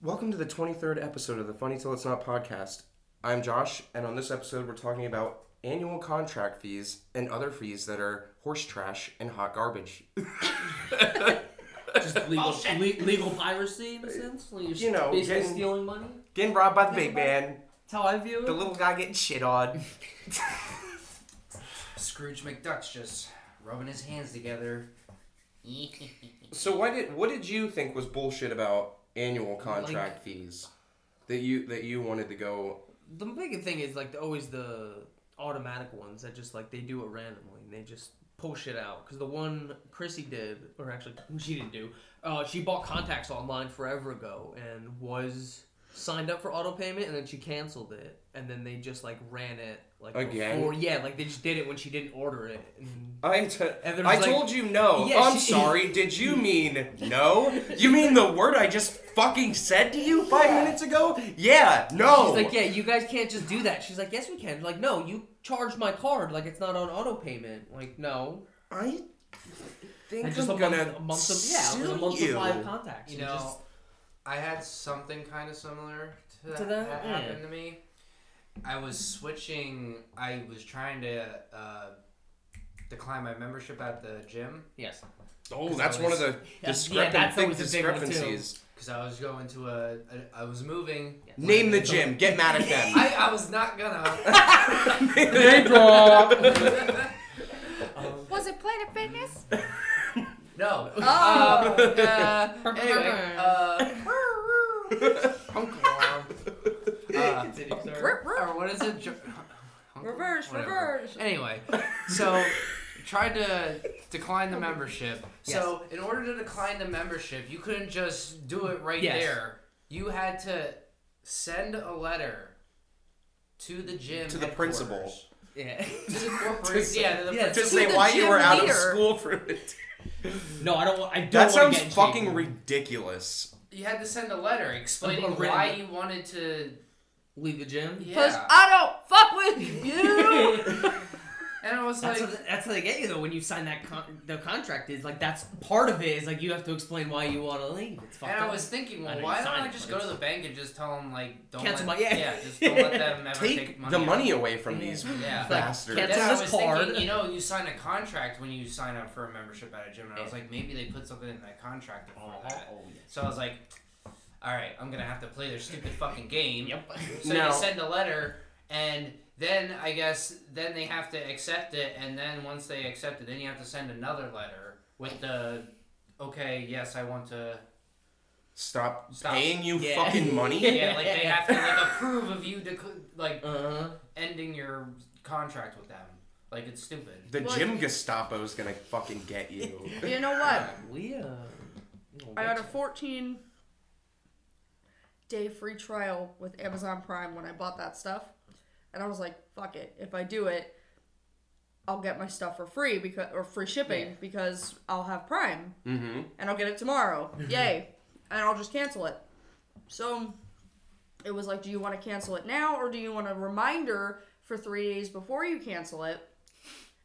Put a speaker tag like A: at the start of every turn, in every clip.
A: Welcome to the 23rd episode of the Funny Till It's Not podcast. I'm Josh, and on this episode, we're talking about annual contract fees and other fees that are horse trash and hot garbage.
B: Just legal, le- legal piracy in a sense. Like you're
A: Oh, Uh, You know,
B: basically
A: getting-
B: stealing money.
A: Getting robbed by the big man,
B: That's how I view it.
A: the little guy getting shit on.
C: Scrooge McDuck's just rubbing his hands together.
A: So, why did what did you think was bullshit about annual contract fees that you that you wanted to go?
D: The big thing is like the, always the automatic ones that just like they do it randomly and they just pull shit out. Because the one Chrissy did, or actually she didn't do, uh, she bought contacts online forever ago and was signed up for auto payment and then she canceled it and then they just like ran it like
A: Again?
D: before- yeah, like they just did it when she didn't order it. And
A: I t-
D: And there's
A: I
D: like-
A: told you no.
D: Yeah,
A: I'm
D: she-
A: sorry. Did you mean no? You mean the word I just fucking said to you five minutes ago? Yeah. No.
D: She's like, yeah, you guys can't just do that. She's like, yes, we can. Like, no, you charged my card. Like, it's not on auto payment. Like, no.
A: I think
D: And just
A: I'm
D: a month,
A: gonna
D: a month of
A: sue
D: yeah, it was a month
A: you.
D: of live contacts.
C: You
D: and
C: know,
D: just-
C: I had something kind of similar to that,
D: To that,
C: that,
D: yeah.
C: happened to me. I was switching. I was trying to uh, decline my membership at the gym
D: yes,
A: Oh, that's one of the
D: Yeah,
A: discrepan-
D: that's
A: big
D: always a big one, too.
A: discrepancies.
C: because I was going to a. I I was moving.
A: Name the gym. Get mad at them.
C: I, I was not gonna.
D: they draw.
E: Was it Planet Fitness?
C: no.
E: Oh.
C: Uh,
D: Oh.
C: uh, anyway. Uh, Punk alarm. Uh, or what is it? Jo-
E: Reverse,
C: Whatever.
E: reverse.
C: Anyway, so tried to decline the membership. So in order to decline the membership, you couldn't just do it right
D: Yes.
C: there. You had to send a letter to the gym
A: To the
C: headquarters.
A: principal.
D: Yeah.
C: to the corporate. yeah, to the
D: Yeah,
A: Just
E: To
A: say
E: the
A: why you
E: gym
A: were out of
E: leader.
A: school for it.
D: No, I don't. wa- I don't.
A: That
D: wanna
A: sounds
D: get in
A: fucking
D: shape.
A: ridiculous.
C: you had to send a letter explaining
D: A written-
C: why you wanted to.
D: Leave the gym.
E: Because
C: Yeah,
E: I don't fuck with you.
C: and I was
D: That's,
C: like,
D: what, that's how they get you though. When you sign that con- the contract is like that's part of it. Is like you have to explain why you want to leave. It's fucked
C: and I
D: up.
C: was thinking,
D: I
C: well,
D: know
C: why
D: you
C: don't
D: signed
C: I
D: it,
C: just
D: but
C: go to the
D: it's-
C: bank and just tell them like, don't
D: Cancel
C: let,
D: my- yeah.
C: just don't let them ever take,
A: Take
C: money
A: the
C: out.
A: money away from these
C: Yeah. Like,
A: bastards.
D: Cancel
C: That's what I
D: this
C: was
D: card.
C: thinking. You know, you sign a contract when you sign up for a membership at a gym, and I was like, maybe they put something in that contract for
D: Oh.
C: that. So I was like, all right, I'm gonna have to play their stupid fucking game.
D: Yep.
C: So
A: Now-
C: you send a letter, and then I guess then they have to accept it, and then once they accept it, then you have to send another letter with the, okay, yes, I want to.
A: Stop,
C: Stop.
A: paying you
D: Yeah.
A: fucking money.
C: Yeah, like they have to like approve of you, dec- like
D: Uh-huh.
C: ending your contract with them. Like it's stupid.
A: The
E: Well-
A: gym Gestapo's gonna fucking get you.
E: You know what?
D: We uh.
E: I got a 14 day free trial with Amazon Prime when I bought that stuff. And I was like, fuck it. If I do it, I'll get my stuff for free because or free shipping because I'll have Prime
A: Mm-hmm.
E: and I'll get it tomorrow. Yay. And I'll just cancel it. So it was like, do you want to cancel it now or do you want a reminder for 3 days before you cancel it?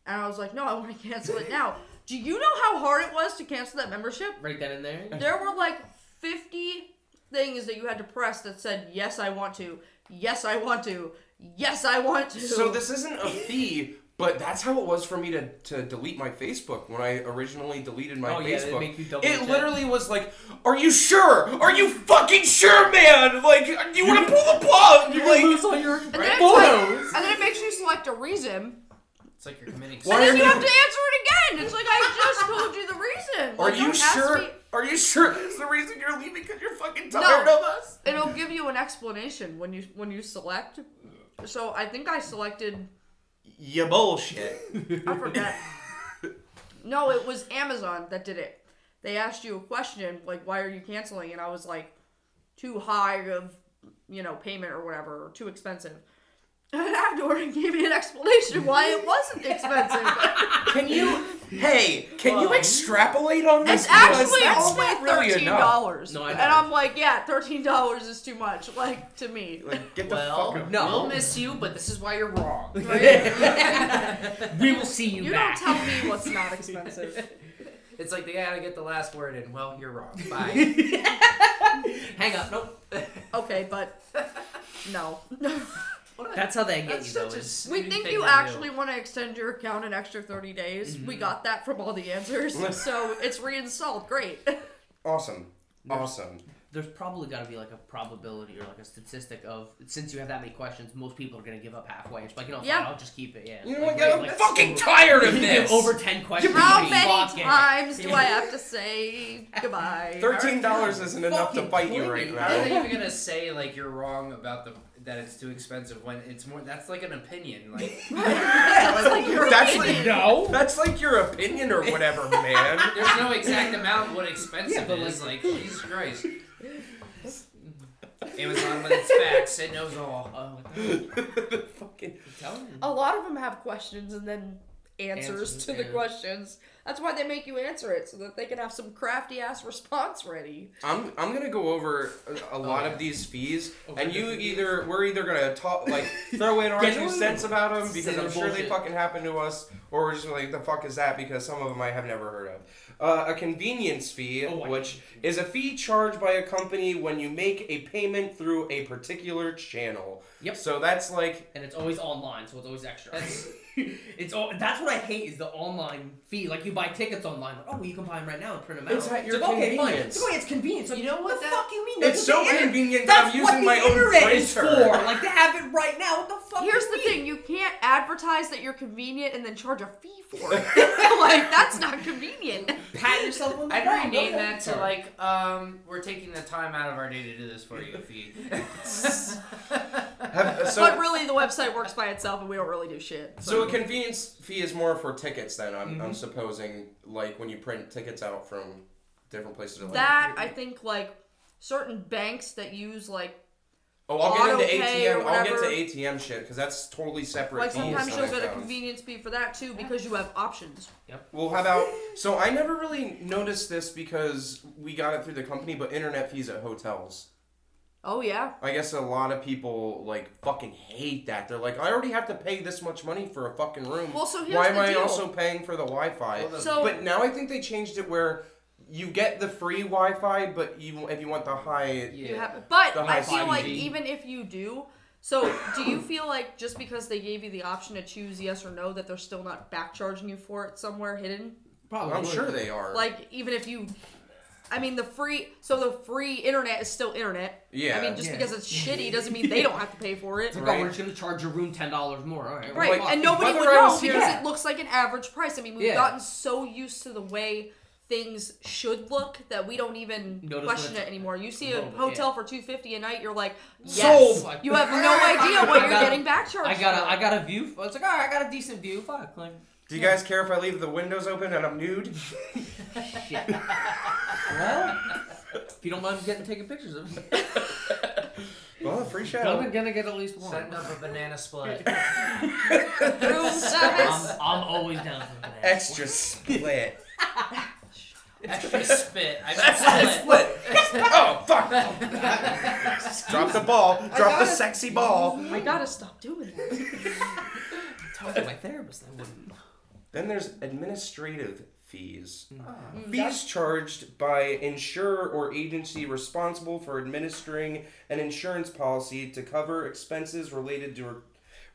E: And I was like, no, I want to cancel it now. Do you know how hard it was to cancel that membership?
D: Write that in there.
E: There were like 50 things that you had to press that said, yes, I want to. Yes, I want to. Yes, I want to.
A: So this isn't a fee, but that's how it was for me to, to delete my Facebook when I originally deleted my
D: Oh, yeah, they
A: Facebook.
D: make you double
A: it
D: check.
A: literally was like, "Are you sure? Are you fucking sure, man? Like, you want to pull the plug?
D: You
A: like,
D: lose all your
E: and, then it's
D: photos.
E: like, and then it makes you select a reason.
C: It's like you're committing.
A: Why
E: And
A: are
E: then you
A: you-
E: have to answer it again. It's like, I just told you the reason.
A: are
E: Like,
A: you
E: don't ask
A: sure?
E: me-
A: Are you sure that's the reason you're leaving? Because you're fucking tired of us."
E: It'll give you an explanation when you when you select. So I think I selected.
A: You bullshit.
E: I forget. no, it was Amazon that did it. They asked you a question like, "Why are you canceling?" And I was like, "Too high of, you know, payment or whatever, or too expensive." And afterward, it gave me an explanation why it wasn't expensive.
A: Can you? Hey, can you
D: Well,
A: extrapolate on this?
E: it's
A: Because
E: actually
A: that's
E: it's
A: not really
E: thirteen
A: enough.
E: dollars,
D: No, I
E: and
D: know.
E: I'm like, yeah, thirteen dollars is too much, like to me.
A: Like, get the fuck
C: Well,
A: out.
D: No.
C: we'll miss you, but this is why you're wrong.
D: we will see you,
E: You don't
D: back.
E: tell me what's not expensive.
C: It's like they gotta get the last word in. Well, you're wrong. Bye.
D: Hang up. Nope.
E: okay, but no.
D: That's how they get
C: That's
D: you though.
C: such a
D: is-
E: we
C: snooty
E: think
C: thing
E: you
C: to
E: actually
C: do.
E: want to extend your account an extra 30 days. We got that from all the answers. so it's reinstalled. Great.
A: Awesome. Awesome.
D: There's probably got to be like a probability or like a statistic of since you have that many questions, most people are gonna give up halfway. It's like you know,
E: Yeah.
D: fine, I'll just keep it. Yeah.
A: You know
D: Like,
A: what?
D: wait,
A: I'm
D: like,
A: fucking tired of
D: you give
A: this.
D: over ten questions.
E: How
D: you
E: many
D: fuck it.
E: times do I have to say goodbye?
A: Thirteen dollars isn't enough to
D: Fucking
A: fight you right
D: pointy.
C: I don't
A: now.
C: think you're gonna say like you're wrong about the that it's too expensive when it's more. That's like an opinion. Like
E: That's like your
A: That's
E: opinion.
A: like That's like your opinion or whatever, man.
C: there's no exact amount what expensive
D: Yeah, but,
C: it is. Like Jesus Christ. Amazon, when it's facts, it knows all.
D: Oh,
A: fucking
D: I'm telling you.
E: A lot of them have questions and then answers
D: Answers,
E: to the
D: yeah.
E: questions. That's why they make you answer it so that they can have some crafty ass response ready.
A: I'm I'm gonna go over a, a lot
D: yeah.
A: of these fees,
D: Over
A: and
D: the
A: you
D: fees.
A: either we're either gonna talk like throw in our
D: Yeah,
A: two
D: no,
A: cents about them
D: Say
A: because
D: they're
A: I'm sure they
D: bullshit.
A: fucking happened to us, or we're just like the fuck is that because some of them I have never heard of. Uh, a convenience fee,
D: Oh, I-
A: which is a fee charged by a company when you make a payment through a particular channel.
D: Yep.
A: So that's like
D: and it's always online, so it's always extra. it's all that's what I hate is the online fee. Like you buy tickets online, like, oh, well, you can buy them right now and print them out.
A: It's at your
D: like, okay, fine.
A: convenience.
D: It's, okay, it's convenient. So you know what? The fuck you mean?
A: It's
D: That's what
A: so
D: the inter-
A: convenient that
D: That's
A: I'm
D: what
A: using
D: the
A: my own
D: internet is for.
A: printer.
D: Like to have it right now. What the fuck?
E: Here's
D: you
E: the
D: mean?
E: thing you can't advertise that you're convenient and then charge a fee for it. like, that's not convenient.
D: Pat yourself on the
C: I'd
D: back.
C: rename
D: Okay.
C: that to
D: Sorry.
C: like, um, we're taking the time out of our day to do this for you, fee.
A: have, uh, so
E: but really, the website works by itself and we don't really do shit.
A: So a convenience fee is more for tickets then. I'm,
D: Mm-hmm.
A: I'm supposing like when you print tickets out from different places. Like,
E: that, I think, like, certain banks that use, like,
A: oh, I'll get into
E: auto pay or
A: ATM. I'll get to
E: whatever.
A: ATM shit because that's totally separate.
E: like
A: fees
E: sometimes
A: that
E: you'll
A: I
E: get a
A: found.
E: convenience fee for that too because you have options.
A: Well, how about? So I never really noticed this because we got it through the company, but internet fees at hotels.
E: Oh, yeah.
A: I guess a lot of people like fucking hate that. They're like, I already have to pay this much money for a fucking room.
E: Well, so here's
A: why am
E: the
A: I
E: deal.
A: also paying for the Wi-Fi?
E: So-
A: but now I think they changed it where you get the free Wi-Fi, but you if you want the high,
E: You
C: Yeah.
E: have, but
A: The high
E: I feel like
A: 5G.
E: even if you do, so do you feel like just because they gave you the option to choose yes or no, that they're still not back charging you for it somewhere hidden?
D: Probably.
A: I'm sure they are.
E: Like even if you, I mean the free, so the free internet is still internet.
A: Yeah.
E: I mean just
D: Yeah.
E: because it's shitty doesn't mean they don't have to pay for it.
D: It's like,
A: Right.
D: oh, we're just gonna charge your room ten dollars more. All right.
E: Right,
A: Like,
E: and nobody would
A: whether I
E: know
A: was
E: because
A: here-
E: it looks like an average price. I mean, we've
D: Yeah.
E: gotten so used to the way things should look that we don't even
D: Notice when
E: question
D: it's
E: it anymore. You see a
D: low,
E: hotel for two fifty a night, you're like, yes,
A: Sold.
E: you have no idea what
D: I
E: you're
D: got-
E: getting back charged.
D: I got a, I
E: for.
D: got a view. It's like, all right, I got a decent view. Fuck, like,
A: Do you guys care if I leave the windows open and I'm nude?
D: shit. well, if you don't mind getting taking pictures of me,
A: Well, Oh, free
D: I'm
A: show.
D: gonna get at least one.
C: Setting up a banana split.
E: room
D: I'm,
E: service.
D: I'm always down for that.
A: Extra split.
C: Extra spit. I mean, split.
A: split. oh fuck! Drop the ball. Drop the sexy ball.
E: I gotta stop doing that.
D: Talk to my therapist. I wouldn't.
A: Then there's administrative fees. Fees charged by insurer or agency responsible for administering an insurance policy to cover expenses related to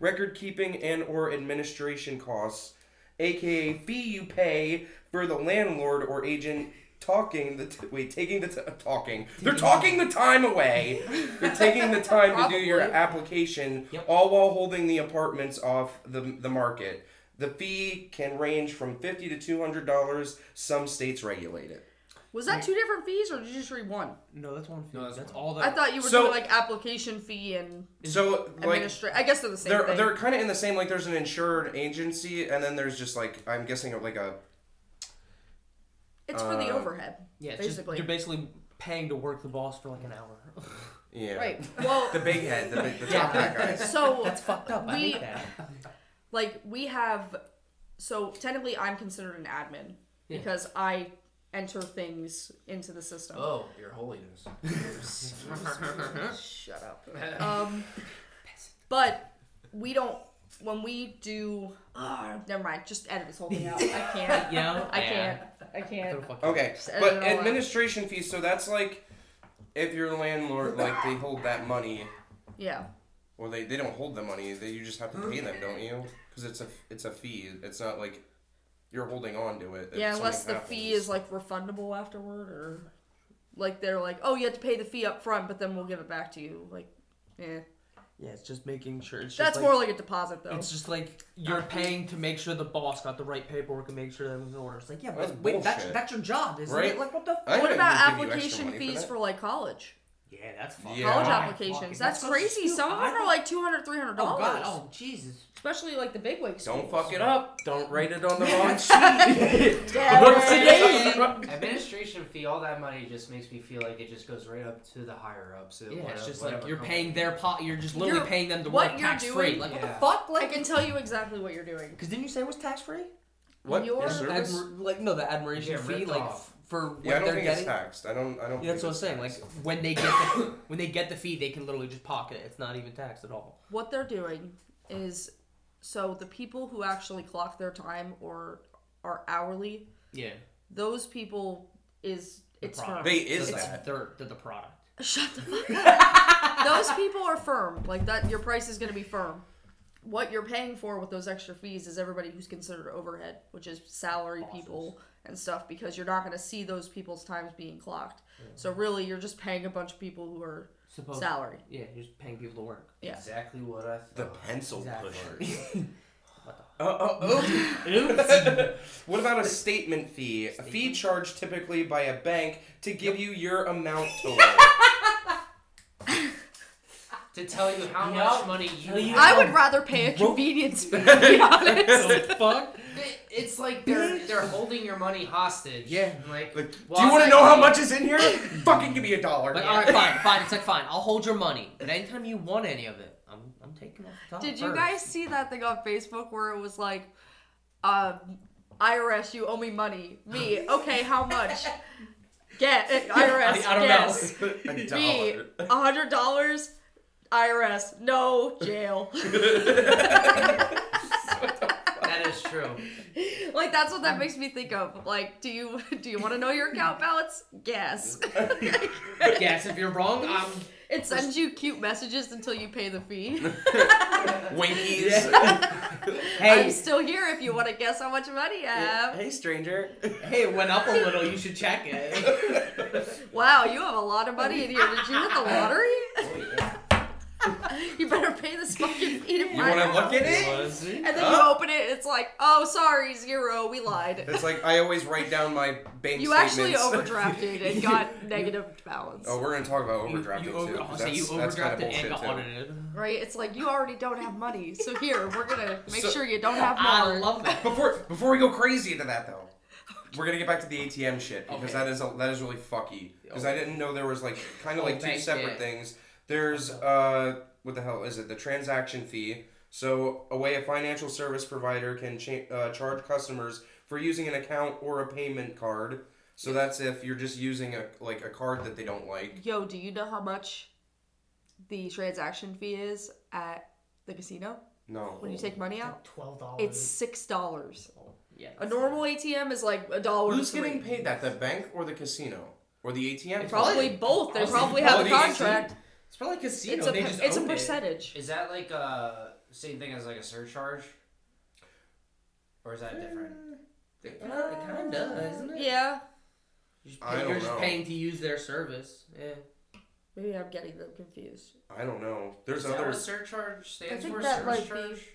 A: record keeping and or administration costs, aka fee you pay for the landlord or agent talking the t- wait taking the t- talking they're talking the time away they're taking the time to do your
E: Probably.
A: application
D: Yep.
A: all while holding the apartments off the, the market the fee can range from 50 to 200 dollars some states regulate it
E: Was that two different fees or did you just read one?
D: No, that's one. Fee.
C: No, that's
D: that's
C: one.
D: all that.
E: I thought you were
A: So-
E: doing like application fee and
A: so like
E: administration. I guess they're the same
A: they're
E: thing.
A: they're kind of in the same like there's an insured agency and then there's just like i'm guessing like a
E: it's for the
A: uh,
E: overhead,
D: yeah, it's just-
E: basically.
D: you're basically paying to work the boss for like an hour.
A: yeah
E: right. Well,
A: the big head the big the top hat guys
E: so
D: That's fucked up. I
E: We-
D: hate that.
E: like we have so technically i'm considered an admin
D: Yeah.
E: because i enter things into the system
C: Oh, your holiness.
D: Oh.
E: shut up um but we don't when we do oh, never mind just edit this whole thing out i can't
D: Yeah.
E: i
D: yeah.
E: can't i uh, can't
D: Fuck you.
A: okay
E: Just edit
A: but
E: it all out.
A: administration fees so that's like if your landlord like they hold that money
E: Yeah.
A: or they, they don't hold the money, they, you just have to pay them, don't you? Because it's a it's a fee. It's not like you're holding on to it. if
E: Yeah, unless the
A: something
E: fee
A: happens.
E: is like refundable afterward or like they're like, "Oh, you have to pay the fee up front, but then we'll give it back to you." Like, eh.
D: Yeah, it's just making sure. It's just
E: That's
D: like,
E: more like a deposit though.
D: It's just like you're paying to make sure the boss got the right paperwork and make sure that it was in order. It's like, yeah,
A: That's
D: but wait, that's
A: bullshit.
D: that's your job, isn't
A: Right?
D: it? Like, what the?
A: I
E: what
A: think
E: about
A: we'll give you extra
E: application
A: money
E: fees for,
A: for
E: like college?
D: Yeah, that's fucking.
A: Yeah.
E: College
A: Oh,
E: applications. That's, crazy. Some of them are like 200 $300.
D: Oh god! Oh Jesus!
E: Especially like the big wigs.
A: that? Don't fuck it up. Don't write it on the wrong sheet.
E: What's
C: Administration fee, all that money just makes me feel like it just goes right up to the higher ups.
D: Yeah, it's just like you're paying their pot. You're just literally
E: You're-
D: paying them to
E: what
D: work
E: you're
D: tax free.
E: doing-
D: Like what
C: Yeah.
D: the fuck?
E: I
D: Like,
E: can tell you exactly what you're doing.
D: because didn't you say it was tax free?
A: What?
E: Your
A: Your
E: adver-
A: service?
D: like no, the admiration
C: Yeah,
D: fee,
C: ripped
D: like
C: off.
D: f- for what
A: yeah, I don't
D: they're
A: think
D: getting.
A: it's taxed. I don't. I don't.
D: Yeah,
A: think
D: that's what I'm
A: it's
D: saying. Like
A: taxed.
D: when they get the, when they get the fee, they can literally just pocket it. It's not even taxed at all.
E: What they're doing is so the people who actually clock their time or are hourly,
D: Yeah,
E: those people is it's
D: product.
E: firm.
A: they is
D: it's
A: that.
D: they're, they're the product.
E: Shut the fuck up. those people are firm. Like that your price is gonna be firm. What you're paying for with those extra fees is everybody who's considered overhead, which is salary people and stuff, because you're not gonna see those people's times being clocked. So really you're just paying a bunch of people who are
D: Supposed
E: salary.
D: Yeah, you're just paying people to work.
E: Yeah.
C: Exactly what I thought.
A: The pencil
D: Exactly.
A: pusher. Uh, uh, oh. what about a statement fee? A fee charged typically by a bank to give you your amount total.
C: to tell you how
D: No.
C: much money you.
D: Tell you
C: have.
E: I would rather pay a convenience fee, to be honest.
D: the fuck?
C: It- It's like they're they're holding your money hostage.
D: Yeah.
C: Like,
A: Like,
C: well,
A: do you want
C: it's
A: to
C: like-
A: know how much is in here? Fucking give me a dollar.
D: Like, all right, fine, fine. It's like, fine. I'll hold your money, but anytime you want any of it, I'm, I'm taking off the top.
E: Did you
D: first.
E: guys see that thing on Facebook where it was like, um, IRS, you owe me money. Me, okay, how much? Get IRS.
D: I- I don't know.
E: guess.
A: a
E: Me,
A: dollar.
E: a hundred dollars. IRS, no jail.
C: That is true.
E: like that's what that makes me think of. Like, do you do you want to know your account balance? Yes.
D: Guess if you're wrong, I'm.
E: It sends you cute messages until you pay the fee.
A: Winkies.
E: I'm
D: Hey,
E: still here if you want to guess how much money I have.
A: Hey, stranger.
D: hey, it went up a little. You should check it.
E: Wow, you have a lot of money in here. Did you hit the lottery? You better pay this fucking fee to
A: You want to
E: find out.
A: look at it?
E: And then you open it, it's like, oh, sorry, zero, we lied.
A: It's like I always write down my bank
E: You
A: statements.
E: actually overdrafted and got negative balance,
A: Oh, we're gonna talk about
D: You-
A: overdrafting
D: you
A: too.
D: over,
A: 'cause
D: I'll say you
A: that's, that's
D: overdrafted and
A: kinda
D: got
A: bullshit too.
D: audited.
E: right? It's like, you already don't have money, so here, we're gonna make
A: So-
E: sure you don't have
D: I
E: more.
D: love that.
A: Before before we go crazy into that though, we're gonna get back to the ATM shit because
D: Okay.
A: that is a, that is really fucky. Because I didn't know there was like kind
D: Oh,
A: of like two
D: bank,
A: separate
D: yeah.
A: things. There's uh what the hell is it? The transaction fee. So a way a financial service provider can cha- uh, charge customers for using an account or a payment card. So that's if you're just using a like a card that they don't like.
E: Yo, do you know how much the transaction fee is at the casino
A: No.
E: when you take money out?
D: Twelve dollars.
E: It's six dollars.
D: yeah.
E: A normal ATM is like a dollar.
A: Who's
E: to three.
A: getting paid that? The bank or the casino or the ATM?
E: Probably both. They
D: Honestly,
E: probably have a
A: probably easy.
E: contract.
D: It's probably casino.
E: It's a
D: they
E: per-
D: just
E: it's a
D: owned it.
E: percentage.
C: Is that like a same thing as like a surcharge, or is that different?
D: It kinda, isn't it?
E: Uh, Yeah,
D: You just
A: I
D: pay-
A: don't
D: You're just
A: know.
D: paying to use their service. Yeah.
E: maybe I'm getting them confused.
A: I don't know. There's
C: Is that
A: other
C: what surcharge stands
E: think
C: for?
E: that
C: Service
E: might be-
C: charge.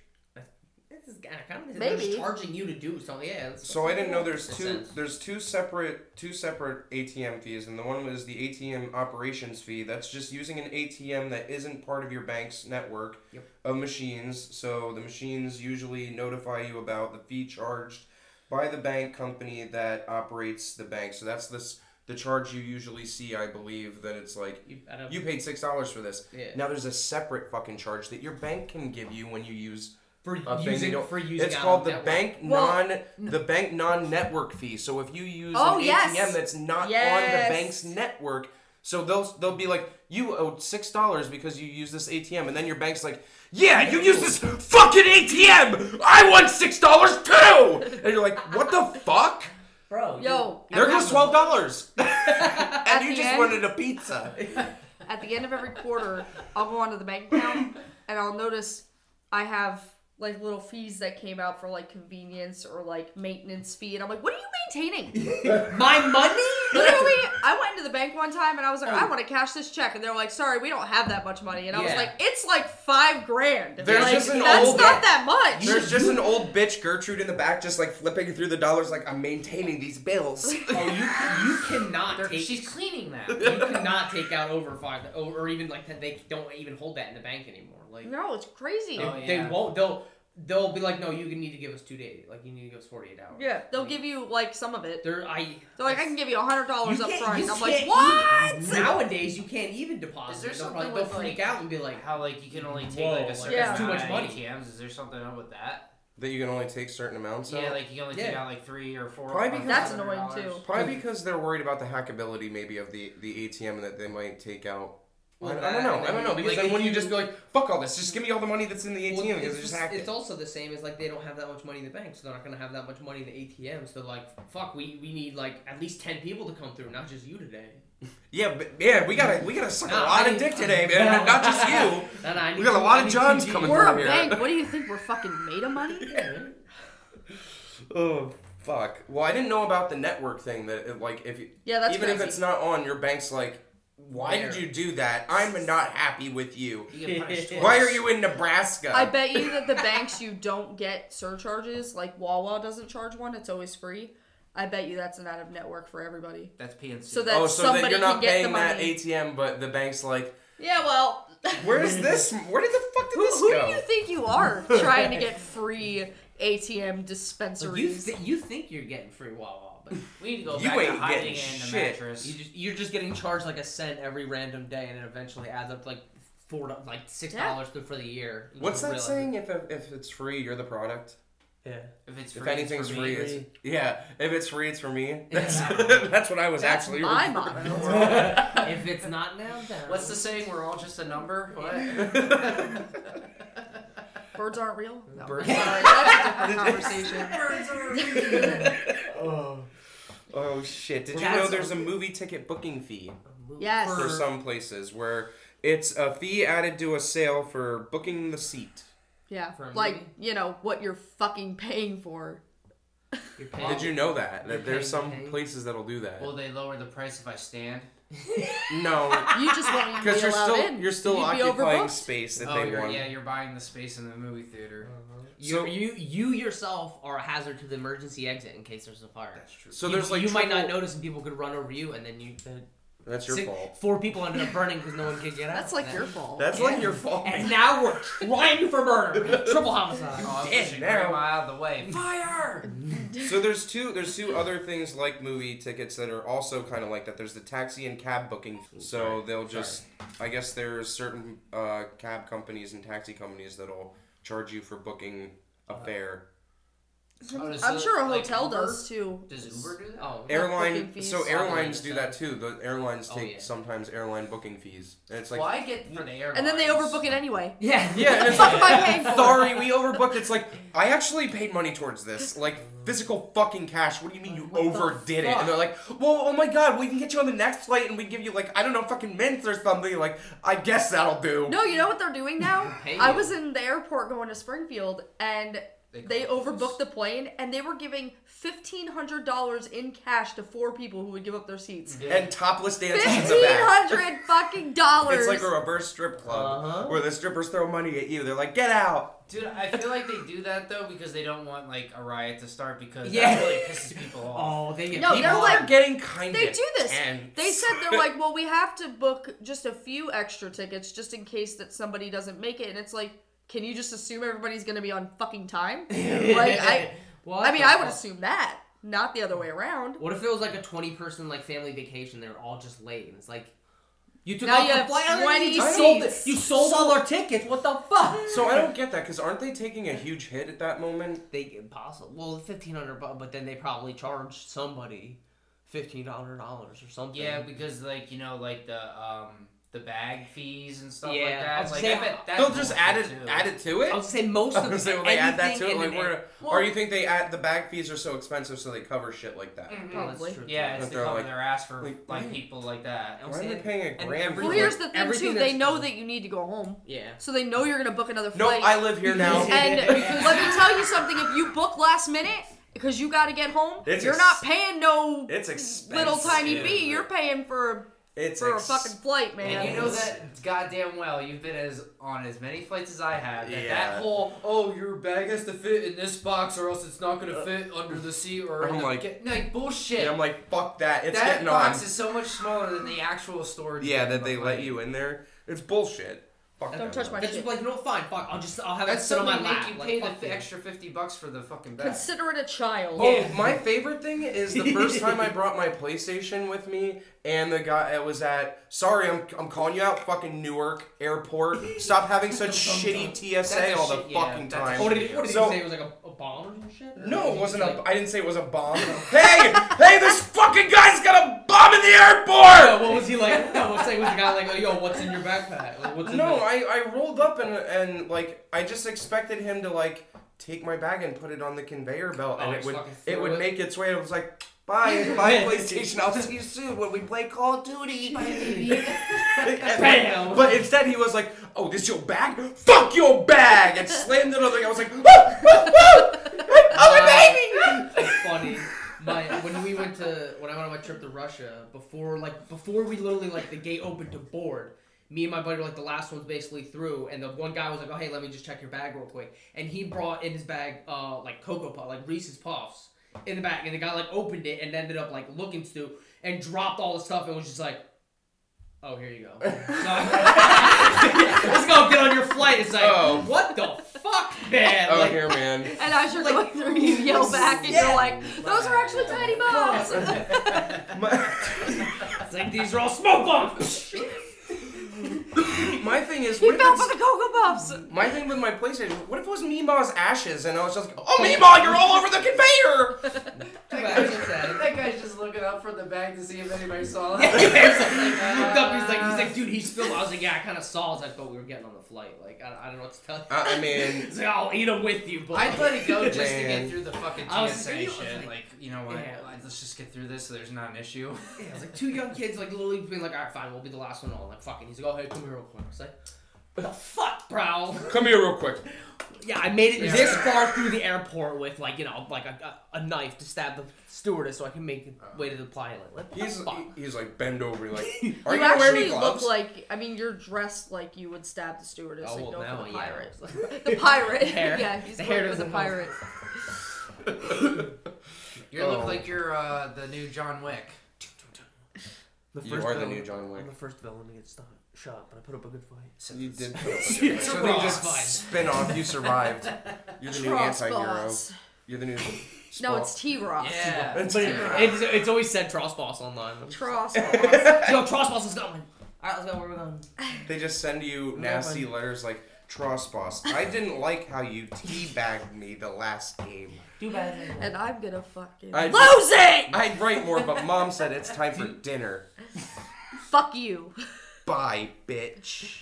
D: This is kind of kind of they're
E: Maybe.
D: just charging you to do something. Yeah. that's-
A: So I didn't know there's
D: Makes
A: two
D: sense.
A: there's two separate two separate ATM fees and the one was the ATM operations fee that's just using an ATM that isn't part of your bank's network
D: Yep.
A: of machines so the machines usually notify you about the fee charged by the bank company that operates the bank so that's this the charge you usually see I believe that it's like
D: You, I don't,
A: you paid six dollars for this
D: Yeah.
A: now there's a separate fucking charge that your bank can give you when you use
D: for
A: a thing they
D: using
A: don't-
D: for using.
A: it's
D: out
A: called
D: of
A: the
D: network.
A: bank
E: Well,
A: non the bank non network fee. So if you use
E: Oh,
A: an
E: yes.
A: ATM that's not
E: Yes.
A: on the bank's network, so they'll they'll be like, you owe six dollars because you used this ATM, and then your bank's like, yeah, you used this fucking ATM. I want six dollars too, and you're like, what the fuck?
D: bro.
E: Yo,
A: There goes twelve dollars. and you
E: the
A: just
E: end-
A: wanted a pizza.
E: At the end of every quarter, I'll go onto the bank account and I'll notice I have like little fees that came out for like convenience or like maintenance fee, and I'm like, what are you maintaining?
D: My money?
E: Literally, I went into the bank one time and I was like, I want to cash this check, and they're like, sorry, we don't have that much money, and I was
D: Yeah.
E: like, it's like five grand.
A: There's
E: like,
A: just an
E: that's
A: old-
E: not that much.
A: There's just an old bitch Gertrude in the back, just like flipping through the dollars, like I'm maintaining these bills.
D: Oh, you you cannot
C: They're-
D: take.
C: she's cleaning that.
D: you cannot take out over five oh, or even like ten. They don't even hold that in the bank anymore. Like
E: no, it's crazy.
D: they,
C: Oh,
D: they
C: yeah.
D: won't. They'll they'll be like, no, you need to give us two days. Like you need to give us forty eight hours.
E: Yeah, they'll give you like some of it.
D: They're I.
E: They're like, I can give you a hundred dollars
D: You
E: up
D: can't-
E: front.
D: you
E: I'm like,
D: can't
E: what?
D: even- Nowadays, you can't even deposit.
C: Is there
D: They'll
C: something
D: probably- they'll
C: with,
D: freak
C: like-
D: out and be like,
C: How like you can only take
D: Whoa,
C: like
D: like,
C: a certain
E: that's
D: too
C: amount
D: much
C: of
D: money.
C: ATMs? Is there something up with that?
A: that you can only take certain amounts.
C: yeah,
A: out?
C: like you can only take
D: Yeah.
C: out like three or four.
A: Probably
C: or
A: because-
E: That's
C: $500.
E: annoying, too.
A: Probably because they're worried about the hackability, maybe of the the ATM and that they might take out. I-
D: Well,
A: I,
D: that,
A: don't know.
D: and
A: I
D: then
A: don't know.
D: you'll be
A: Because
D: like,
A: then when
D: if
A: you just be
D: you-
A: like, "Fuck all this," just give me all the money that's in the ATM
D: Well,
A: because
D: it's,
A: they just
D: just-
A: hacked
D: it's
A: it.
D: also the same as like they don't have that much money in the bank, so they're not gonna have that much money in the ATM. So like, fuck, we, we need like at least ten people to come through, not just you today.
A: Yeah, but, yeah, we gotta we gotta suck a
D: Nah,
A: lot
D: I
A: of
D: need-
A: dick today, man. Not just you.
D: Nah, nah, I
A: We
D: need
A: got a
D: two-
A: lot
D: I
A: of
D: need two
A: Johns
D: Gs.
A: coming
E: We're
A: over
E: a
A: here.
E: bank. What do you think? We're fucking made of money?
A: Oh fuck. Well, I didn't know about the network thing. That it, like if you,
E: Yeah, that's
A: even if
E: crazy.
A: it's not on, your bank's like, "Why did
D: Where?
A: you do that? I'm not happy with you.
C: You get punished twice.
A: Why are you in Nebraska?"
E: I bet you that the banks you don't get surcharges, like Wawa doesn't charge one, it's always free. I bet you that's an out of network for everybody.
C: That's PNC.
E: So that
A: Oh, so that
E: somebody
A: you're
E: can
A: not
E: get the
A: paying that
E: money.
A: ATM, but the bank's like,
E: yeah, well,
A: "Where is this? Where did the fuck did
E: who,
A: this
E: who
A: go?"
E: do you think you are trying to get free ATM
D: Like, you,
E: dispensaries?
D: th- you think you're getting free Wawa, but
C: we need to go
A: You
C: back to
A: ain't
C: hiding
A: getting
C: in the
A: shit.
C: mattress.
D: you just you're just getting charged like a cent every random day, and it eventually adds up to like four do- like six
E: Yeah.
D: dollars for the year. You
A: What's
D: don't
A: that
D: realize
A: saying? If if it's free, you're the product.
D: it. Yeah.
C: if it's free,
A: If anything's
C: it's for
A: free,
C: me.
A: it's yeah. If it's free, it's for me. That's that's what I was
E: That's
A: actually.
E: my
A: referring
E: motto.
A: to.
D: if it's not now, then
C: What's the saying? We're all just a number. What?
E: Birds aren't real? No.
A: Birds-
E: Sorry, that's a different conversation.
A: oh shit! Did you
D: That's-
A: know there's a movie ticket booking fee?
E: Yes.
A: for some places where it's a fee added to a sale for booking the seat.
E: Yeah.
D: For a
E: Like,
D: movie?
E: you know, what you're fucking paying for.
D: You're paying-
A: Did you know that? That there's some
D: Okay.
A: places that'll do that.
C: Will they lower the price if I stand?
A: No,
E: You just won't even be
A: because you're
E: allowed
A: still
E: in.
A: you're still
E: You'd be
A: occupying
E: overbooked.
A: space that
C: Oh,
A: they
C: you're,
A: want.
C: yeah, you're buying the space in the movie theater.
A: Oh.
D: You,
A: So-
D: you you yourself are a hazard to the emergency exit in case there's a fire.
C: That's true.
A: So
D: you,
A: there's like
D: you might not
A: triple-
D: notice and people could run over you and then you. then
A: That's your
D: six-
A: fault.
D: Four people ended up burning because no one could get out.
E: That's like
D: Then-
E: your fault.
A: That's like your fault.
D: And now we're trying for murder, triple homicide.
C: Oh, I'm
A: Dead
C: pushing
A: now.
C: grandma out of the way. Fire!
A: so there's two there's two other things like movie tickets that are also kind of like that. There's the taxi and cab booking. So they'll just I guess there's certain uh, cab companies and taxi companies that'll charge you for booking a
D: Uh,
A: fare.
C: Oh, does
E: I'm
C: the-
E: sure a
C: like
E: hotel
C: Uber-
E: does too.
C: Does Uber do that?
D: Oh,
E: booking
A: Airline.
E: fees.
A: So
E: Online
A: airlines
D: and
A: do
D: stuff.
A: that too. The airlines
D: Oh,
A: take
D: yeah.
A: sometimes airline booking fees. And it's like,
C: well, I get for the airlines.
E: And then they overbook it anyway.
D: yeah,
A: yeah, and
E: The
A: it's
E: fuck am
A: like,
E: I paying for?
A: sorry, we overbooked. It's like I actually paid money towards this, like physical fucking cash. What do you mean you
D: What the
A: overdid it?
D: fuck?
A: And they're like, well, oh my god, we can get you on the next flight, and we give you like I don't know, fucking mints or something. Like I guess that'll do.
E: No, you know what they're doing now?
D: Hey,
E: I
D: you.
E: was in the airport going to Springfield and
C: They
E: they
C: call it
E: overbooked the plane and they were giving $1,500 in cash to four people who would give up their seats.
A: And topless dancing in the back.
E: $1,500 fucking dollars!
A: It's like a reverse strip club
D: Uh-huh.
A: where the strippers throw money at you. They're like, get out.
C: Dude, I feel like they do that though because they don't want like a riot to start because
D: Yeah.
C: that really pisses people off.
D: Oh, they get
E: No,
D: people.
E: they're
A: People
E: like-
A: are getting kind of.
E: They do this. They
A: tense.
E: said they're like, well, we have to book just a few extra tickets just in case that somebody doesn't make it. And it's like, can you just assume everybody's gonna be on fucking time? like, I,
D: What
E: I mean,
D: the
E: I would
D: fuck?
E: assume that, not the other way around.
D: What if it was like a twenty-person like family vacation? They're all just late. and It's like you took
E: Now
D: off
E: you
D: the
E: have
D: flight. I mean,
E: 20
D: you sold it.
E: seats.
D: You sold all our tickets. What the fuck?
A: So I don't get that because aren't they taking a huge hit at that moment?
D: They impossible. Well, fifteen hundred bucks, but then they probably charge
A: Oh.
D: somebody fifteen hundred dollars or something.
C: Yeah, because like you know, like the um, the bag fees and stuff
D: Yeah,
C: like
D: I
C: that.
D: was
C: Like,
D: gonna
C: I
D: say,
C: bet that's
A: They'll just
C: bullshit,
A: add it,
C: too.
A: add it to it.
D: I would say most of
A: I
D: the
A: was saying, when they add that to it, like
D: anything in an-
A: we're, or you think they add the bag fees are so expensive, so they cover shit like that?
C: Mhm.
D: Oh, that's
E: Probably.
D: true,
C: Yeah,
D: too.
C: it's
A: But
C: to
A: they're
C: cover
A: like-
C: their ass for
A: like,
C: like,
A: why?
C: people like that.
D: I was
A: Why are they
D: saying-
A: paying a
D: and
A: grand?
D: every-
A: for
E: Well,
A: it?
E: here's the thing
D: Everything
E: too.
D: that's
E: They know
D: done.
E: that you need to go home,
D: Yeah.
E: so they know you're gonna book another
A: no,
E: flight.
A: I live here now.
E: And let me tell you something: if you book last minute because you got to get home,
A: It's
E: you're
A: ex-
E: not paying no
A: it's expensive.
E: little tiny fee. You're paying for
A: It's
E: for a
A: ex-
E: fucking flight, man.
C: And you know
A: Yes.
C: that goddamn well you've been as on as many flights as I have. That,
A: Yeah.
C: that whole oh your bag has to fit in this box or else it's not gonna fit under the seat or in
A: Uh. I'm
C: the
A: like-
C: ca-" like bullshit.
A: Yeah, I'm like, fuck that. It's
C: that
A: getting on.
C: box is so much smaller than the actual storage.
A: yeah,
C: bin
A: that
C: of
A: they
C: a
A: let
C: plane.
A: you in there. It's bullshit. Fuck that.
E: Don't touch my
D: That's
E: shit.
D: just like no, fine, fuck. I'll just I'll have
C: That's
D: it sit on
C: something
D: my
C: like
D: lap.
C: you
D: like,
C: pay
D: fuck
C: the
D: it.
C: extra fifty bucks for the fucking bag.
E: Consider it a child.
A: Oh,
D: Yeah.
A: my favorite thing is the first time I brought my PlayStation with me, and the guy that was at, sorry, I'm, I'm calling you out, fucking Newark Airport. Stop having such shitty TSA
C: That's a
A: all the
C: shit- yeah,
A: fucking
C: that's a
A: time.
D: Oh, what did, he- what did
A: So-
D: he say? It was like a, a bomb or some shit? Or
A: No,
D: was
A: it
D: he
A: wasn't
D: just
A: a.
D: like-
A: I didn't say it was a bomb. hey, hey, this fucking guy's got a bomb in the airport.
D: No, what was he like? No, what's like was the guy like? Oh, yo, what's in your backpack? Like, what's in
A: No,
D: the-
A: I, I rolled up and and like I just expected him to like take my bag and put it on the conveyor belt
D: Oh,
A: and it
D: just
A: would
D: fucking
A: it
D: throw
A: would
D: it?
A: make its way. I was like, bye, bye PlayStation. I'll see you soon when we play Call of Duty.
D: Bam!
A: But instead he was like, oh, this your bag? Fuck your bag! And slammed it on the. I was like, oh, oh, oh, oh my baby.
D: That's funny. My when we went to when I went on my trip to Russia before like before we literally like the gate opened to board. Me and my buddy were like the last ones basically through, and the one guy was like, "Oh hey, let me just check your bag real quick," and he brought in his bag uh like cocoa puff, like Reese's puffs in the bag, and the guy like opened it and ended up like looking through and dropped all the stuff and was just like. Oh, here you go. So, Let's go get on your flight. It's like,
A: Oh.
D: what the fuck, man?
A: Oh
D: like,
A: here, man.
E: And as you're going through, you yell back, and you're like, "Those are actually tiny bombs."
D: it's like these are all smoke bombs.
A: My thing is,
E: he
A: what if
E: fell
A: it's
E: for the cocoa puffs.
A: My thing with my PlayStation, what if it was Meemaw's ashes and I was just like, oh, Meemaw, you're all over the conveyor!
D: Too bad, too sad.
C: That guy's just looking up for the bag to see if anybody saw
D: Yeah,
C: it.
D: he's like, looked up. He's like, he's like, dude, he spilled. I was like, yeah, I kind of saw. as I thought we were getting on the flight. Like, I, I don't know what to tell you.
A: I, I mean,
D: He's like, I'll eat them with you, but
C: I'd let it go just to
A: Man.
C: get through the fucking
D: I was
C: TSA
D: thinking- I was
C: shit.
D: like-
C: Like, you know what?
D: Yeah.
C: like, Let's just get through this so there's not an issue.
D: Yeah, it's like two young kids, like literally being like, all right, fine, we'll be the last one on. Like, fucking. He's like, oh, hey, come here real quick. It's like, the fuck, bro.
A: come here real quick.
D: Yeah, I made it
C: Yeah.
D: this far through the airport with like, you know, like a, a, a knife to stab the stewardess so I can make the way to the pilot. Like, what the
A: He's
D: fuck?
A: he's like, bend over, like, are you,
E: you
A: gonna wear
E: actually
A: me
E: look
A: gloves?
E: like. I mean, you're dressed like you would stab the stewardess.
D: Oh,
E: like,
D: well,
E: go
D: now,
E: for the
D: yeah.
E: pirate. the pirate.
D: Hair.
E: Yeah, he's
D: The
E: the
D: hair
E: going for the
D: doesn't help.
E: pirate.
C: You
A: Oh.
C: look like you're uh, the new John Wick.
D: The
A: you are the
D: villain-
A: new John Wick.
D: I'm the first villain to get shot, shot, but I put up a good fight.
C: So
A: You
C: it's-
A: did.
D: It's
A: so
D: a
A: they
D: raw
A: just
D: fight.
A: spin off, you survived. You're the new anti hero.
E: Crossboss.
A: You're the new.
E: No,
A: Spawn.
E: it's T Ross.
C: Yeah.
A: It's
D: But
A: T-
D: it, it's, it's always said Tross Boss online.
E: Cross boss.
D: Yo, Tross Boss is going. Alright, let's go. Where we going?
A: They just send you nasty letters like, Tross boss, I didn't like how you teabagged me the last game.
D: Do bad.
E: and I'm gonna fucking
A: I-
E: lose it.
A: I'd write more, but mom said it's time for dinner.
E: Fuck you.
A: Bye, bitch.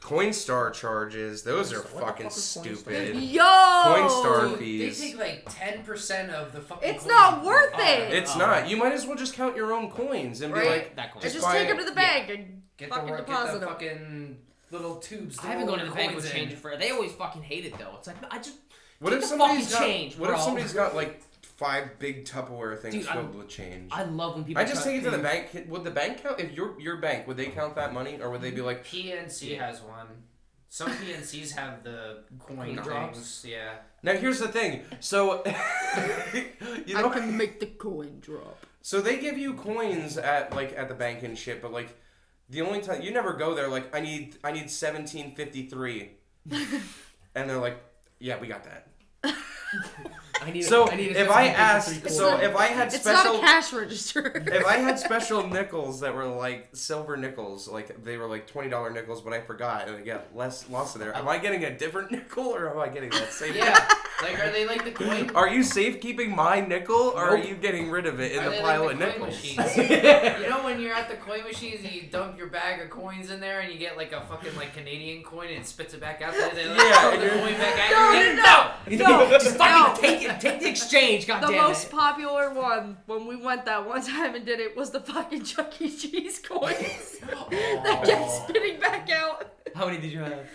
A: Coinstar charges, those are
D: What the fuck
A: fucking
D: is Coinstar?
A: stupid.
E: Yo.
A: Coinstar
C: They
A: fees.
C: take like ten percent of the fucking.
E: It's
C: coins.
E: not worth it.
A: It's not. You might as well just count your own coins and be
E: Right.
A: like,
D: That
E: I
D: coin.
A: Just
E: just
A: buy
E: take
A: it.
E: him to the bank and
C: Get the,
E: fucking
C: wor-
E: deposit
C: get the
E: them.
C: fucking little tubes.
D: I haven't
C: roll
D: gone to the
C: your
D: bank
C: coins
D: with
C: in.
D: change for. They always fucking hate it though. It's like I just
A: what
D: Take
A: if
D: the
A: somebody's
D: fucking
A: got,
D: change,
A: what if
D: bro.
A: somebody's got like five big Tupperware things
D: Dude, I'm-
A: filled with change? I,
D: I love when people.
A: just
D: try
A: take it to the
D: pay-
A: bank. Would the bank count if your your bank would they count that money or would they be like,
C: PNC has one. Some PNCs have the coin
A: Coin drops?
C: drops. Yeah.
A: now here's the thing, so you know
E: I can make the coin drop.
A: So they give you coins at like at the bank and shit, but like the only time you never go there, like I need I need seventeen fifty three, and they're like, yeah, we got that.
D: I need.
A: So
D: I need a
A: if I
D: 1753
A: asked,
D: coin.
A: so if I had
E: It's not a
A: special,
E: cash register.
A: if I had special nickels that were like silver nickels, like they were like twenty dollar nickels, but I forgot and I got less lost of there. Am I getting a different nickel or am I getting that same?
C: Yeah. Like, are they like the coin?
A: Are you safekeeping my nickel, or are you getting rid of it in
C: Are
A: the
C: they
A: pile
C: like
A: of
C: the coin
A: nickels?
C: machines? you know when you're at the coin machines and you dump your bag of coins in there and you get like a fucking like Canadian coin and it spits it back out there. They like
A: Yeah,
C: throw
A: and
C: the
A: you're-
C: coin back at
E: No,
C: you.
E: no, no.
D: No, just
E: No.
D: fucking take it. Take the exchange. God
E: The
D: damn
E: most
D: it.
E: popular one when we went that one time and did it was the fucking Chuck E. Cheese coins that kept spitting back out
D: How many did you have?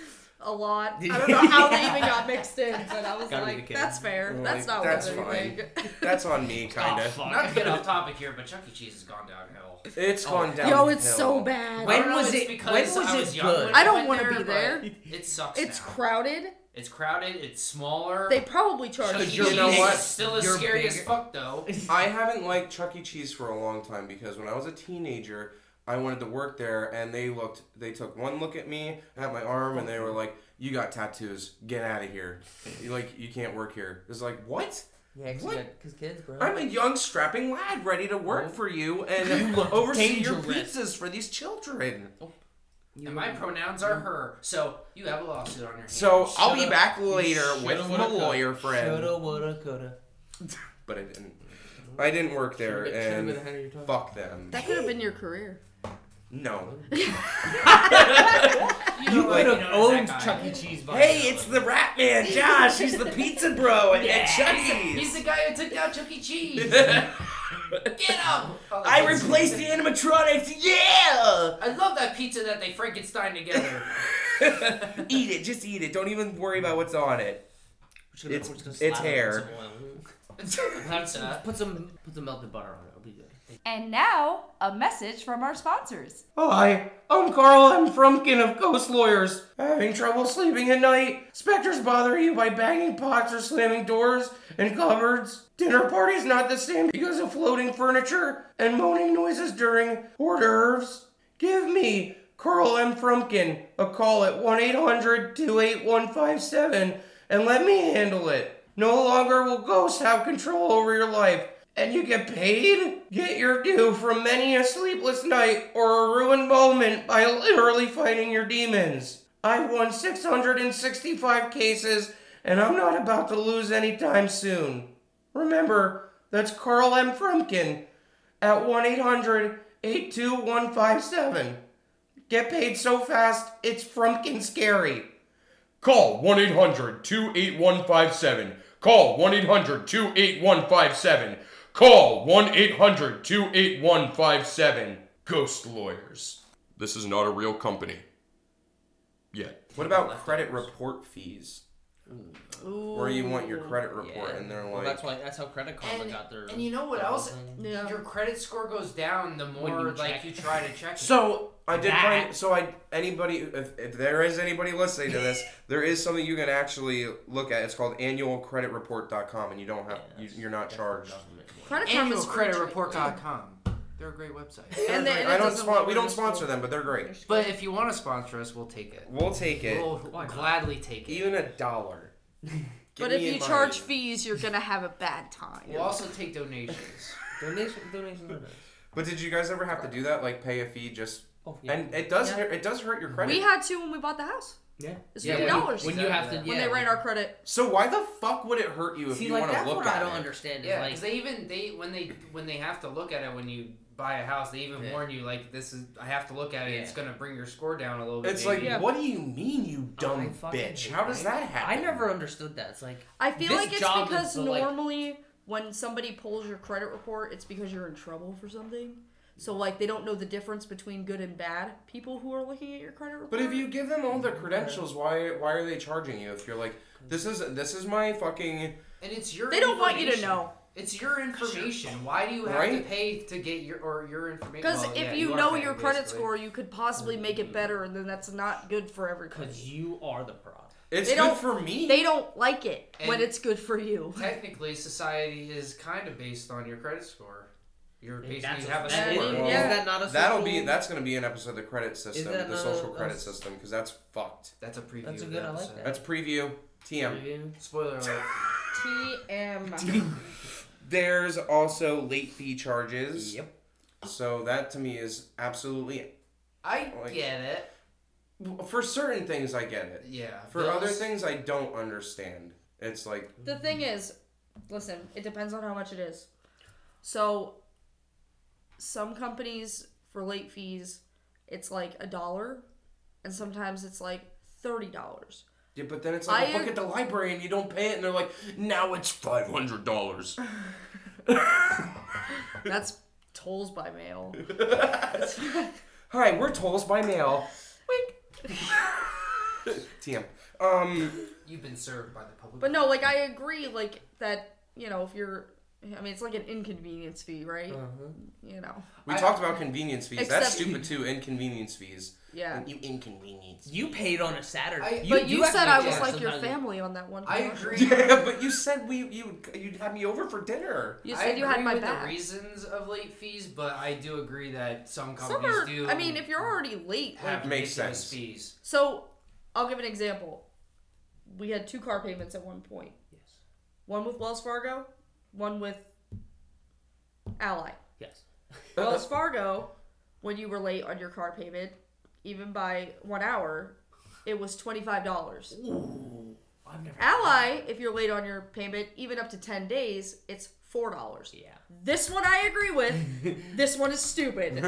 E: a lot.
D: Did
E: I
D: you-
E: don't know how they even got mixed in, but I was
D: Gotta be the
E: like,
D: kid.
E: that's fair.
A: Like,
E: that's not
A: that's
E: worth anything.
A: That's on me, kind
D: Oh,
A: of.
D: fuck.
C: Not to get off topic here, but Chuck E. Cheese has gone downhill.
A: It's
D: Oh,
A: gone down.
E: Yo, it's so bad.
C: I
D: When
C: don't know
D: was
C: if it's
D: it-
C: Because
D: when was
C: I
D: it
C: was young
D: good?
C: when
E: I don't
C: went
E: wanna be
C: but
E: there.
C: It sucks.
E: It's
C: now.
E: crowded.
C: it's crowded. It's smaller.
E: They probably charge
C: Chuck E.
D: But
A: you
C: Cheese
A: know what?
C: is still as
D: You're
C: scary as
D: bigger.
C: fuck though.
A: I haven't liked Chuck E. Cheese for a long time because when I was a teenager, I wanted to work there, and they looked. They took one look at me, at my arm, and they were like, "You got tattoos. Get out of here. You, like you can't work here." It's like what?
D: Yeah,
A: What?
D: because kids, bro.
A: I'm a young strapping lad ready to work for you and
D: You look
A: oversee your
D: dangerous.
A: pizzas for these children.
C: And my pronouns are her, so you have a lawsuit on your hands.
A: So I'll be
D: Shoulda-
A: back later
D: shoulda,
A: with my
D: woulda, coulda.
A: lawyer friend.
D: Shoulda, woulda, coulda.
A: But I didn't. I didn't work there,
D: Shoulda- shoulda been ahead
A: and
D: of your time.
A: fuck them.
E: That could have been your career.
A: No.
D: You
C: you, know what?
D: could
C: You
D: have
C: know
D: owned
C: that guy.
D: Chuck E. Cheese. by
A: Hey,
D: now.
A: it's the Rat Man, Josh. He's the pizza bro at, at Chuck
C: E. He's
A: E's.
C: the guy who took down Chuck E. Cheese. Get him!
A: I replaced the animatronics. Yeah.
C: I love that pizza that they Frankenstein together.
A: eat it. Just eat it. Don't even worry about what's on it.
D: Shoulda-
A: it's-
D: we're just gonna
A: it's
D: slap it in
A: hair.
D: some oil.
C: Pizza.
D: Put some put some melted butter on it. It'll be good.
F: And now, a message from our sponsors.
A: Oh, hi. I'm Carl. I'm Frumpkin of Ghost Lawyers. Having trouble sleeping at night? Spectres bother you by banging pots or slamming doors and cupboards? Dinner parties not the same because of floating furniture and moaning noises during hors d'oeuvres? Give me Carl M. Frumpkin a call at 1 800 28157 and let me handle it. No longer will ghosts have control over your life, and you get paid? Get your due from many a sleepless night or a ruined moment by literally fighting your demons. I've won 665 cases, and I'm not about to lose anytime soon. Remember, that's Carl M. Frumpkin at 1 800 82157. Get paid so fast, it's Frumpkin scary. Call 1 800 28157. Call 1 800 28157. Call 1 800 28157. Ghost Lawyers. This is not a real company. Yet. What about credit report fees? Where you want your credit report, and they're like,
D: well, that's why that's how Credit Karma
C: And,
D: got their.
C: and you know what else?
E: Yeah.
C: Your credit score goes down the more
D: you
C: like
D: check.
C: you try to check. it.
A: So I did
D: That-
A: find. So I anybody if, if there is anybody listening to this, there is something you can actually look at. It's called annualcreditreport.com, and you don't have you, you're not charged.
E: Credit card is
C: AnnualCreditReport.com. They're a great website.
E: And then,
A: I don't spon- we don't sponsor them, but they're great.
C: But if you want to sponsor us, we'll take it.
A: We'll take it,
C: We'll
D: not?
C: gladly take it.
A: even a dollar.
E: But if you charge fees, you're gonna have a bad time.
C: We'll also take donations.
D: donation, donations are nice.
A: But did you guys ever have to do that? Like pay a fee just.
D: Oh yeah.
A: And it does
E: Yeah.
A: hurt, it does hurt your credit.
E: We had to when we bought the house.
D: yeah.
E: It's
C: Yeah,
E: fifty dollars
D: When
E: when,
D: you have to,
C: When
D: yeah.
E: they ran our credit.
A: so why the fuck would it hurt you if
D: See,
A: you
D: like
A: want to
D: that's
A: look
D: what
A: at
D: I don't
A: it?
D: understand. Is
C: Yeah,
D: like
C: because they even they when they when they have to look at it when you buy a house, they even
D: Yeah.
C: warn you like this is I have to look at it. It's gonna bring your score down a little bit.
A: It's like,
C: maybe.
A: what do you mean, you dumb
D: fucking
A: bitch?
D: hate
A: How does
D: it.
A: that
D: I
A: happen?
D: never understood that. It's like
E: I feel
D: This
E: like it's
D: job is
E: because
D: the, like-
E: normally when somebody pulls your credit report, it's because you're in trouble for something. So like they don't know the difference between good and bad people who are looking at your credit report.
A: But if you give them all the credentials, why why are they charging you? If you're like, this is this is my fucking
C: and it's your
E: they don't want you to
C: information.
E: know
C: It's your information. Why do you have to
A: Right?
C: pay to get your or your information?
E: because
C: Well,
E: if
C: yeah,
E: you,
C: are
E: know
C: paying,
E: your credit
C: basically. Mm-hmm.
E: score, you could possibly make it better, and then that's not good for everybody.
D: because you are the product.
A: it's
E: They
A: good
E: don't-
A: for me.
E: They don't like it when
C: And-
E: it's good for you.
C: technically society is kind of based on your credit score. You're
D: And
C: basically
D: that's
C: have a
D: that-
C: score.
A: is-
D: Is,
A: yeah.
D: that not a?
A: That'll be
D: social-
A: that's gonna be an episode of the credit system,
D: that
A: the
D: not
A: social
D: a-
A: credit
D: that's-
A: system, because that's fucked.
C: That's a preview.
D: That's a
C: of
D: good-
C: the
D: I like
C: episode.
D: that.
A: That's preview TM.
D: Review.
C: Spoiler alert.
E: TM.
A: There's also late fee charges.
D: Yep.
A: So that to me is absolutely
C: I
A: Like-
C: get it.
A: for certain things I get it.
C: Yeah.
A: For
C: bills-
A: other things I don't understand. It's like
E: The thing is, listen, it depends on how much it is. So, some companies for late fees, it's like a dollar, and sometimes it's like thirty dollars.
A: yeah, but then it's like
E: I
A: a book at the library and you don't pay it, and they're like, now it's five hundred dollars.
E: That's tolls by mail.
A: Hi, we're tolls by mail.
E: Wink.
A: TM. Um,
C: You've been served by the public.
E: But no, like I agree, like that. You know, if you're, I mean, it's like an inconvenience fee, right?
C: Uh-huh.
E: You know,
A: we
C: I-
A: talked about convenience fees. That's
E: Except-
A: stupid too. Inconvenience fees.
E: yeah.
A: You inconvenience.
D: You paid on a Saturday.
C: I-
E: but you, said I was
C: yeah,
E: like your
D: sometimes-
E: family on that one.
C: I
E: commercial.
C: agree.
A: Yeah, but you said we you you'd have me over for dinner.
E: You
C: I
E: said you had
C: agree
E: my
C: with
E: back.
C: the reasons of late fees, but I do agree that some
E: Some
C: companies
E: are.
C: do.
E: I mean, if you're already late, like,
C: have
A: Makes
C: ridiculous
A: sense.
C: fees.
E: so I'll give an example. We had two car payments at one point.
D: yes.
E: One with Wells Fargo, one with Ally.
D: Yes.
E: Wells Fargo, when you were late on your car payment, even by one hour, it was twenty five dollars.
D: I've never.
E: Ally, if you're late on your payment, even up to ten days, it's four dollars.
D: Yeah.
E: This one I agree with. this one is stupid.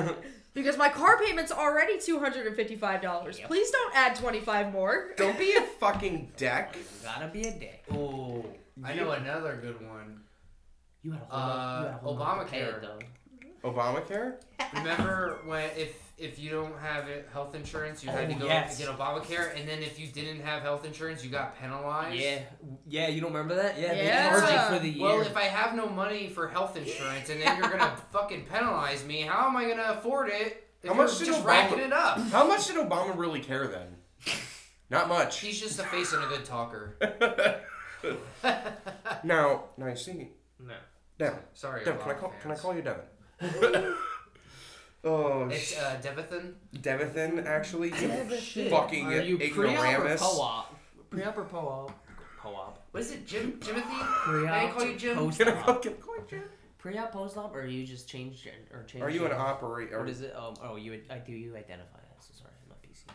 E: Because my car payment's already two hundred and fifty five dollars.
D: Yep.
E: Please don't add twenty five more.
A: Don't be a fucking deck.
D: You gotta be a dick.
C: Oh, I know another good one.
D: You had a whole.
C: Uh,
D: lot- you had a whole lot to pay
C: Obamacare.
D: it, though.
A: Obamacare.
C: Remember when if if you don't have it- health insurance, you had
D: Oh,
C: to go
D: yes.
C: get Obamacare, and then if you didn't have health insurance, you got penalized.
D: Yeah, yeah. You don't remember that? Yeah,
E: Yeah.
D: they charge you for the year.
C: Well, if I have no money for health insurance, and then you're gonna fucking penalize me, how am I gonna afford it? If
A: How much
C: you're
A: did
C: just
A: Obama-
C: racking it up?
A: How much did Obama really care then? Not much.
C: She's just a face and a good talker.
A: Now, now you see,
D: no.
A: Devin.
C: Sorry,
A: Devin, can I
C: Obama
A: call? Can I
C: fans.
A: call you Devin? oh,
C: It's
A: sh-
C: uh, Devithan.
A: Devithan, actually, you
D: Shit.
A: fucking
D: Are you
A: ignoramus.
D: Pre-op or po-op? Pre-op or po-op? Po-op.
C: What is it, Jim? Jimothy?
D: Pre-op.
C: May I call you Jim?
A: Can I
D: Post-op.
A: fucking call you? Jim?
D: Pre-op, post-op, or you just change gen- or change?
A: Are you an
D: gender?
A: operator?
D: What is it? Um. Oh, you. I do. You identify as. So sorry, I'm not PC.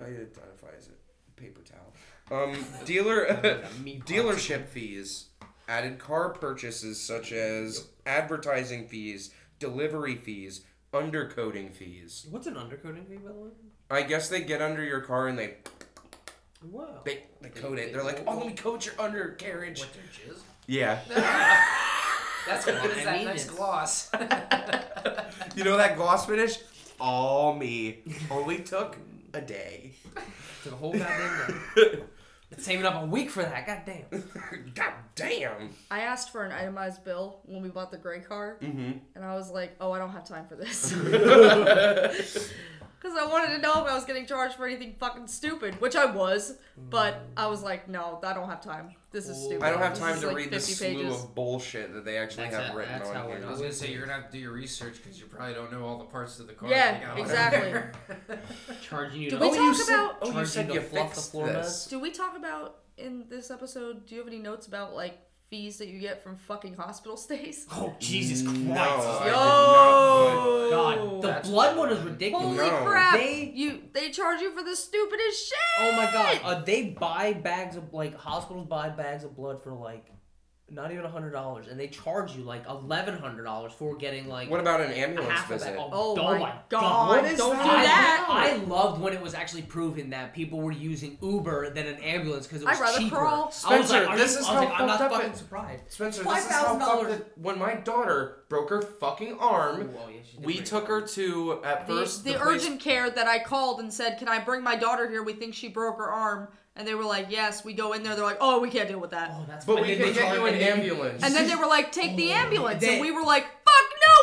A: I identify as a paper towel. Um, dealer
D: Me
A: dealership fees, added car purchases such as advertising fees, delivery fees, undercoating fees.
D: What's an undercoating fee, by the way?
A: I guess they get under your car and they
D: Wow.
A: they, they coat it. They're like, oh, let me coat your undercarriage.
C: What their jizz?
A: Yeah.
C: That's what
D: I
C: is that
D: mean
C: nice
D: it.
C: gloss.
A: You know that gloss finish? All me. Only took a day.
D: Took a whole goddamn day. Been saving up a week for that. Goddamn.
A: God damn.
E: I asked for an itemized bill when we bought the gray car,
A: Mhm.
E: and I was like, "Oh, I don't have time for this," because I wanted to know if I was getting charged for anything fucking stupid, which I was. But I was like, "No, I don't have time. This is stupid.
A: I don't have
E: This
A: time
E: is
A: to
E: like
A: read the
E: 50
A: slew of bullshit that they actually
D: That's
A: have
D: it.
A: written
D: That's how
A: on
D: we're
A: here.
C: I was gonna say you're gonna have to do your research because you probably don't know all the parts of the car.
E: Yeah,
C: that they got on
E: exactly.
C: there.
D: Charging you.
E: Did
D: to-
E: we
A: Oh,
E: talk
A: you said-
E: about-
A: Oh, you
D: Charging
A: said
D: to
A: you
D: fluff the
A: fixed
D: floor
A: this.
E: Do we talk about in this episode? Do you have any notes about like fees that you get from fucking hospital stays?
D: Oh Jesus Christ!
A: No, I did
E: Yo!
A: not put-
D: God, the
C: That's-
D: blood one is
E: Holy
D: ridiculous.
A: No.
E: crap!
D: They-
E: you they charge you for the stupidest shit.
D: Oh my god, uh, they buy bags of like hospitals buy bags of blood for like not even a hundred dollars, and they charge you like eleven hundred dollars for getting like
A: What about an
D: a
A: ambulance
D: half of
A: visit?
D: that.
E: Oh my God,
A: What is
D: don't
A: that?
D: do that.
E: I
D: I, loved when it was actually proven that people were using Uber than an ambulance because it was
E: I'd rather
D: cheaper.
E: crawl.
D: I was
A: Spencer,
D: like, are
A: this
D: you-
A: is
D: I was
A: how
D: like, I'm not
A: fucked up
D: fucking
A: it-
D: surprised.
A: Spencer, this is how fucked
D: $5,000.
A: up that- when my daughter broke her fucking arm,
D: Ooh, oh, yeah, she did
A: we
D: break
A: took
D: her
A: her to at
E: The,
A: first
E: the,
A: the place-
E: urgent care that I called and said, "Can I bring my daughter here? We think she broke her arm." And they were like, "Yes." We go in there. They're like, "Oh, we can't deal with that."
D: Oh, that's
A: But
D: fine.
A: we
D: And
A: can
D: they
A: get
D: charge-
A: you an
D: and they-
A: ambulance.
E: And then they were like, "Take the ambulance,"
D: They-
E: and we were like, "Fuck no!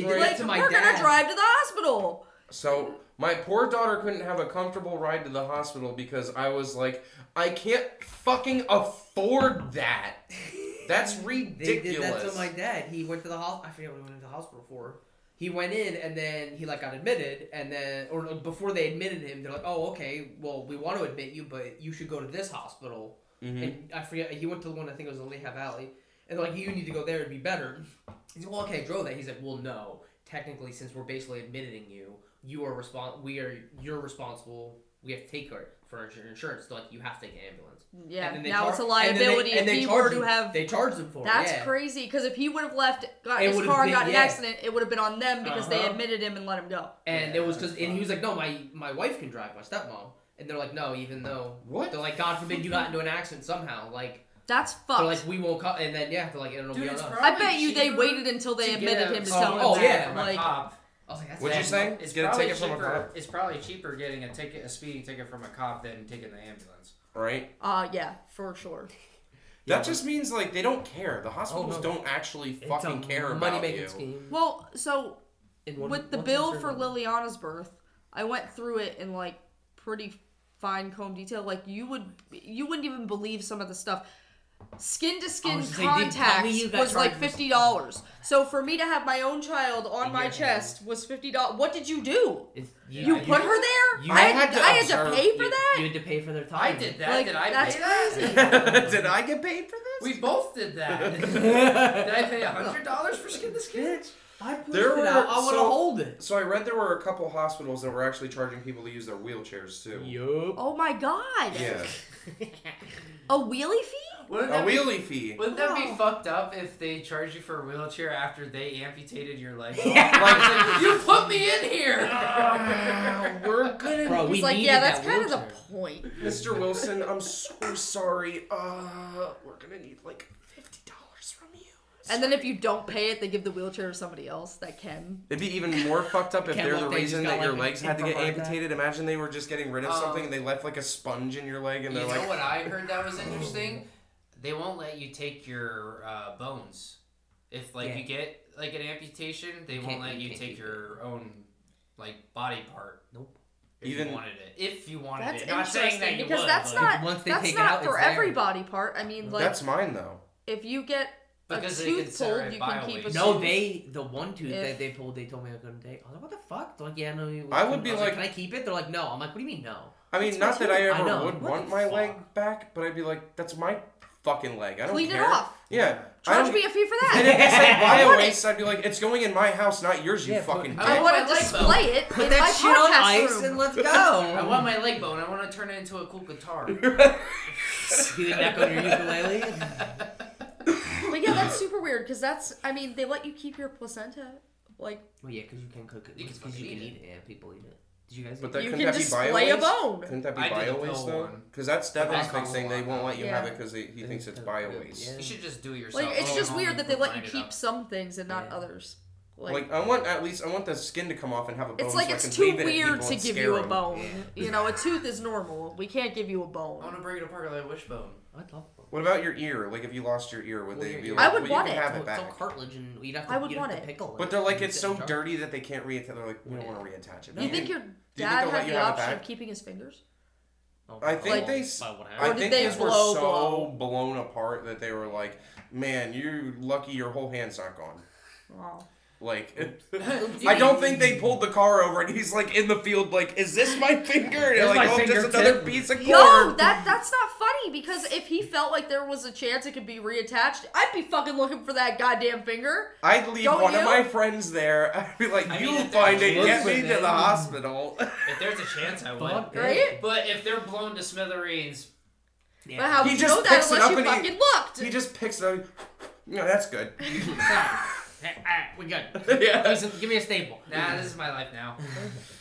D: They
E: drove here."
D: did
E: like,
D: that to my
E: we're
D: dad.
E: gonna drive to the hospital.
A: So my poor daughter couldn't have a comfortable ride to the hospital because I was like, I can't fucking afford that. That's
D: They
A: ridiculous.
D: did that to my dad. He went to the hospital. I forget what he went to the hospital for. He went in and then he like got admitted and then or uh, before they admitted him, they're like, oh okay, well we want to admit you, but you should go to this hospital.
E: Hmm.
A: Mm-hmm.
D: And I forget he went to the one I think it was in Lehigh Valley, and they're like you need to go there it'd be better. He's like, well okay, I drove that. He's like, well no, technically since we're basically admitting you, you are respons- we are you're responsible. We have to take care for insur- insurance. Like you have to take an ambulance.
E: Yeah,
D: then they
E: now
D: char-
E: it's a
D: and then they-
E: liability
D: and they
E: if he
D: charge
E: were to
D: them-
E: have.
D: They charge them for
E: That's
D: it. yeah.
E: crazy because if he would have left, got
D: It
E: his
D: would've
E: car,
D: been-
E: got in
D: yeah.
E: an accident, it would have been on them because they
D: Uh-huh.
E: admitted him and let him go.
D: And
C: Yeah,
D: it was because,
C: that's
D: and he
C: fine.
D: was like, "No, my my wife can drive, my stepmom." And they're like, "No, even though
C: What?
D: they're like, God forbid you got into an accident somehow, like
E: That's
D: they're
E: fucked.
D: like, we won't come." And then yeah, they're like, "It'll
B: Dude,
D: be on
B: it's
D: us."
B: probably
E: I bet you they
B: cheaper
E: waited until they
B: to get
E: admitted
B: a-
E: him to
B: oh,
E: tell him
D: oh,
E: that.
D: yeah.
C: from a
E: Like,
C: cop.
D: I was like, "That's
A: What'd you
D: bad."
A: say?
C: It's
A: Get a
C: probably
A: ticket from a
C: cheaper-
A: cop?
C: It's probably cheaper getting a ticket, a speeding ticket from a cop than taking the ambulance.
A: right?
E: uh, yeah, for sure.
D: Yeah. Oh,
A: That just means like they don't care. The hospitals
D: no.
A: don't actually
D: It's a
A: fucking care about
D: money-making
A: you.
D: scheme.
E: Well, so
D: In one-
E: with the
D: one
E: bill
D: sense or
E: for
D: another.
E: Liliana's birth, I went through it in like pretty fine comb detail. Like you would, you wouldn't even believe some of the stuff. Skin to
D: I
E: skin
D: was just saying, did- tell me
E: contacts
D: you got
E: was like
D: charged with-
E: fifty dollars. So for me to have my own child on
D: In
E: my
D: your hand.
E: chest was fifty dollars. What did you do?
D: It's-
E: You put her there?
D: you-
E: I,
D: I
E: had,
A: had to
E: I had to
A: observe-
E: pay for
D: you-
E: that.
D: You had to pay for their time.
C: I did that.
E: Like,
C: did I
E: that's
C: pay that?
E: crazy.
A: Did I get paid for this?
C: We both did that. did I pay hundred dollars for skin to skin?
D: I pushed
A: There
D: it
A: were-
D: out. I want to
A: so-
D: hold it.
A: So I read there were a couple hospitals that were actually charging people to use their wheelchairs too.
D: Yup.
E: oh my god!
A: Yeah,
E: A wheelie fee?
A: a
C: Wouldn't that be
A: wheelie fee.
C: Wouldn't that
E: Wow.
C: be fucked up if they charged you for a wheelchair after they amputated your leg?
A: Like,
C: you put me in here.
A: we're gonna.
D: Bro, we
E: He's like,
D: needed
E: yeah,
D: that
E: that's kind of the
D: wheelchair.
E: point.
A: Mr. Wilson, I'm so sorry. Uh, we're gonna need like fifty dollars from you.
E: And then if you don't pay it, they give the wheelchair to somebody else that can.
A: It'd be even more fucked up if
D: Can't
A: they're the
D: walk, they just
A: reason
D: got,
A: that your
D: like,
A: legs had to
D: hit
A: get
D: from behind.
A: amputated. Imagine they were just getting rid of
C: Um,
A: something and they left like a sponge in your leg and
C: you
A: they're
C: know
A: like, "Oh."
C: what I heard that was interesting? They won't let you take your uh, bones if like
D: Yeah.
C: you get like an amputation. They
D: can't-
C: won't let
D: you
C: you
D: can't
C: take
D: keep it.
C: your own like body part.
D: Nope.
C: If
A: Even-
C: you wanted it, if you wanted
E: That's
C: it, not saying that
E: interesting
C: you
E: because
C: would,
E: that's
C: but-
E: not
D: Once they
E: that's
D: take it
E: not
D: out,
E: for
D: it's there.
E: every body part. I mean, like
A: "That's mine though."
E: if you get
C: Because
E: a
C: they
E: tooth
C: consider
E: pulled,
C: it
E: you can keep a
C: bio-waste.
D: No,
E: tooth.
D: they the one tooth
E: If-
D: that they pulled, they told me I couldn't take. I was like, what the fuck? They're like, yeah, no. You,
A: I would be
D: was
A: like-
D: can I keep it? They're like, no. I'm like, what do you mean no?
A: I mean,
D: That's
A: not that
D: my
A: I
D: tooth. I
A: ever
D: know.
A: would
D: What
A: want
D: the
A: my
D: fuck?
A: leg back, but I'd be like, "That's my fucking leg. I don't
E: Clean it
A: care."
E: off.
A: Yeah, I
E: Charge
A: don't-
E: me a fee for
A: And if
E: that.
A: they said
E: I
A: bio
E: want
A: waste, I'd be like, "It's going in my house, not yours, you
D: Yeah, put-
A: fucking."
C: I
E: I
A: dick."
C: want
E: want
C: my
E: to
C: leg
E: display it
D: Put
E: in my
D: that shit on
E: podcast
D: ice
E: room.
D: and let's go.
C: I want my leg bone. I want to turn it into a cool guitar.
D: Be the neck on your ukulele.
E: But yeah, that's super weird because that's I mean they let you keep your placenta. Like
D: Well, yeah, because you can cook it.
C: You can
D: Because
C: fucking
D: you can
C: eat
D: eat it. Yeah, people eat it. Did you guys?
A: But
D: eat
A: that,
E: you
A: couldn't
E: can
A: that be bio
E: display a
A: waste?
E: bone.
A: Couldn't that be
C: I did the
A: bio waste
C: pill
A: though?
C: one.
A: Because that's
C: That
A: Devin's big
C: costs a
A: thing. They
C: lot.
A: won't let you have
E: Yeah.
A: it because he thinks it's
D: Yeah.
A: bio waste.
C: You should just do it yourself.
E: Like it's
C: Go
E: just
C: home
E: weird
C: and
E: that they let you
C: grind it
E: keep
C: up.
E: some things and not
D: Yeah.
E: others. Like,
A: Like, I want at least I want the skin to come off and have a bone.
E: it's
A: so
E: like
A: I
E: it's
A: can
E: too
A: wave it at
E: weird
A: people
E: to
A: and
E: give
A: scare
E: you a
A: 'em.
E: bone. You know, a tooth is normal. We can't give you
C: I
E: a
C: want
E: bone.
C: to break it apart like a wishbone.
D: I'd love one.
A: What about your ear? Like, if you lost your ear, would
D: Well,
A: they
D: your
A: be
D: ear-
A: like,
E: I would
A: well,
E: want
A: you
E: it.
A: can have
D: Well,
A: it
D: it's all
A: back?
D: cartilage, and you'd have to.
E: I would
D: you'd
E: want
D: have
E: it.
D: to pickle it.
A: But they're like,
D: You'd
A: it's
D: sit in
A: so
D: a jar.
A: dirty that they can't reattach. They're like, we don't want to reattach it.
E: You
A: No.
E: think your
A: they'll
E: dad
A: let
E: had
A: you
E: the
A: have it
E: option of
A: back?
E: keeping his fingers?
D: Oh,
A: I think
D: oh,
A: they s-
D: by what
A: I
E: Or
D: happened.
E: did
A: think
E: they
A: these were
E: blow
A: so
E: blow?
A: blown apart that they were like, man, you're lucky your whole hand's not gone.
E: Wow.
A: Like, I don't think they pulled the car over, and he's like in the field, like, is this my finger? And they're
D: Here's
A: like,
D: my
A: oh, just
D: fingertip."
A: another piece of
E: Yo,
A: cord.
E: that that's not funny because if he felt like there was a chance it could be reattached, I'd be fucking looking for that goddamn finger.
A: I'd leave
E: Don't
A: one
E: you?
A: of my friends there. I'd be like,
C: I
A: you
C: mean, if
A: find
C: they're
A: it, get me
D: losing
A: to
D: it.
A: the hospital.
C: If there's a chance, I would.
D: Fuck,
E: Right?
D: yeah.
C: But if they're blown to smithereens,
D: Yeah.
E: But how
A: He
E: would you
A: just
E: know that
A: picks it
E: unless
A: up
E: you
A: and he-
E: fucking looked?
A: he just picks it up. No, that's good.
D: Hey, alright, we good.
A: yeah.
D: Give me some- Give me a staple.
C: nah, this is my life now.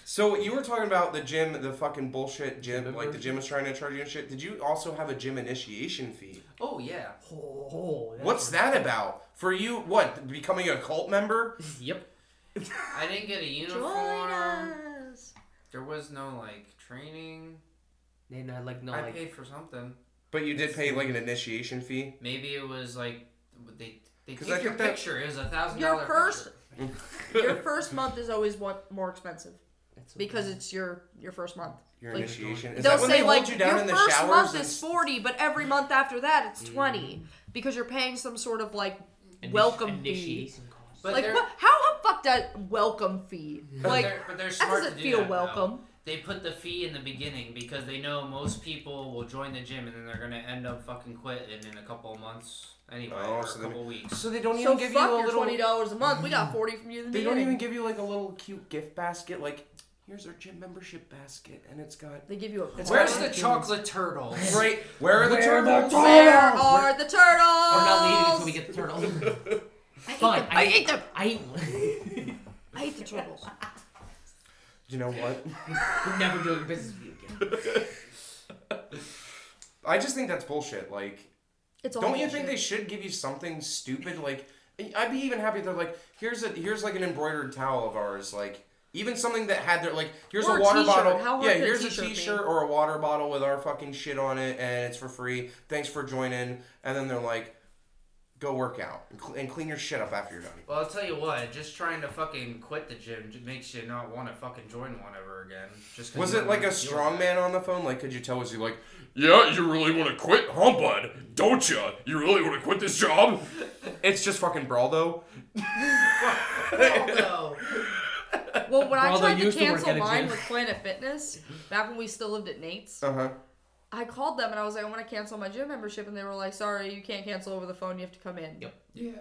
A: So you were talking about the gym, the fucking bullshit gym,
D: Gym
A: like the gym is trying to charge you and shit. Did you also have a gym initiation fee?
C: Oh yeah.
D: Oh, that's
A: What's that about? For you, what becoming a cult member?
D: Yep.
C: I didn't get a
E: Join
C: uniform.
E: us.
C: There was no like training.
D: Then I like no
C: I
D: like.
C: paid for something.
A: But you did pay like an initiation fee.
C: Maybe it was like they they
A: 'Cause
C: took
A: I
C: your
A: think that-
C: picture. It was a thousand
E: Your
C: dollar.
E: first-
C: picture.
E: Your first month is always one more expensive
D: That's what-
E: because it's your your first month.
A: Your
E: Like,
A: initiation. Is
E: They'll
A: that when
E: say
A: they
E: like
A: hold you down
E: your
A: in the
E: first
A: showers?
E: month
A: and Mm.
E: is forty, but every month after that it's twenty because you're paying some sort of like welcome fee.
D: initiation cost.
C: But
E: Like
C: they're,
E: what? How the fuck that welcome fee?
C: but
E: Like
C: they're, but they're
E: that
C: smart
E: doesn't
C: to do
E: feel
C: that, though.
E: welcome.
C: They put the fee in the beginning because they know most people will join the gym and then they're gonna end up fucking quitting in a couple of months anyway,
A: Oh,
C: or
A: so
C: a
A: they-
C: couple weeks.
A: So they don't
E: So
A: even give you
E: fuck
A: a
E: your
A: little. Mm-hmm.
E: twenty dollars a month. We got forty from you. In the
A: They don't even
E: beginning.
A: give you like a little cute gift basket. Like here's our gym membership basket, and it's got
E: They give you a.
A: It's
C: Where's
A: got-
C: the chocolate turtles?
A: right. Where are the
D: Where are the
A: turtles?
D: turtles?
E: Where are the turtles?
D: We're not leaving until we get the turtles. Fine.
E: I ate them.
D: I ate one.
E: I hate the turtles.
A: You know what?
D: We're never doing business with you again.
A: I just think that's bullshit. Like,
E: It's all
A: don't you think they should give you something stupid? Like, I'd be even happy if they're like, here's a here's like an embroidered towel of ours, like. Even something that had their like, here's
E: Or
A: a
E: a
A: water
E: t-shirt.
A: bottle.
E: How hard
A: yeah,
E: could a
A: here's
E: t-shirt
A: a
E: be?
A: T-shirt or a water bottle with our fucking shit on it, and it's for free. Thanks for joining. And then they're like, go work out and cl- and clean your shit up after you're done.
C: Well, I'll tell you what. Just trying to fucking quit the gym j- makes you not want to fucking join one ever again. Just 'cause
A: Was it
C: you don't
A: like a
C: wanna deal
A: strong
C: with
A: man on the phone? Like, could you tell? Was he like, "Yeah, you really want to quit, huh, bud? Don't you? You really want to quit this job?" it's just fucking brawl though.
C: it. Although,
E: Well, when I
D: Bravo
E: tried to
D: used to work
E: cancel
D: at a
E: mine
D: gym.
E: with Planet Fitness back when we still lived at Nate's,
A: Uh huh.
E: I called them and I was like, I want to cancel my gym membership, and they were like, Sorry, you can't cancel over the phone. You have to come in.
D: Yep.
C: yeah.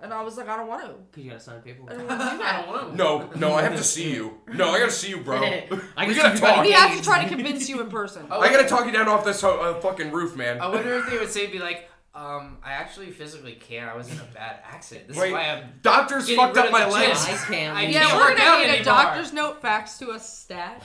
E: And I was like, I don't want to.
D: Because you gotta sign
E: I
D: paperwork.
E: don't want to do
C: I
E: that.
C: don't want to.
A: No, no, I have to see you. No, I gotta see you, bro.
D: I
A: We
D: guess
A: gotta
D: if you got
A: talk.
D: a
E: We have to
D: game-
E: try to convince you in person.
A: I gotta talk you down off this ho- uh, fucking roof, man.
C: I wonder if they would say, be like, um, I actually physically can't. I was in a bad accident. This
A: Wait.
C: is why I'm.
A: Doctors
C: Getting
A: fucked
C: rid
A: up
C: of
A: my
C: the
A: legs.
C: gym.
D: I can't.
C: I
D: leave.
E: Yeah,
C: can't
E: we're
C: work
E: gonna
C: out
E: need a
C: anymore.
E: doctor's note faxed to us stat.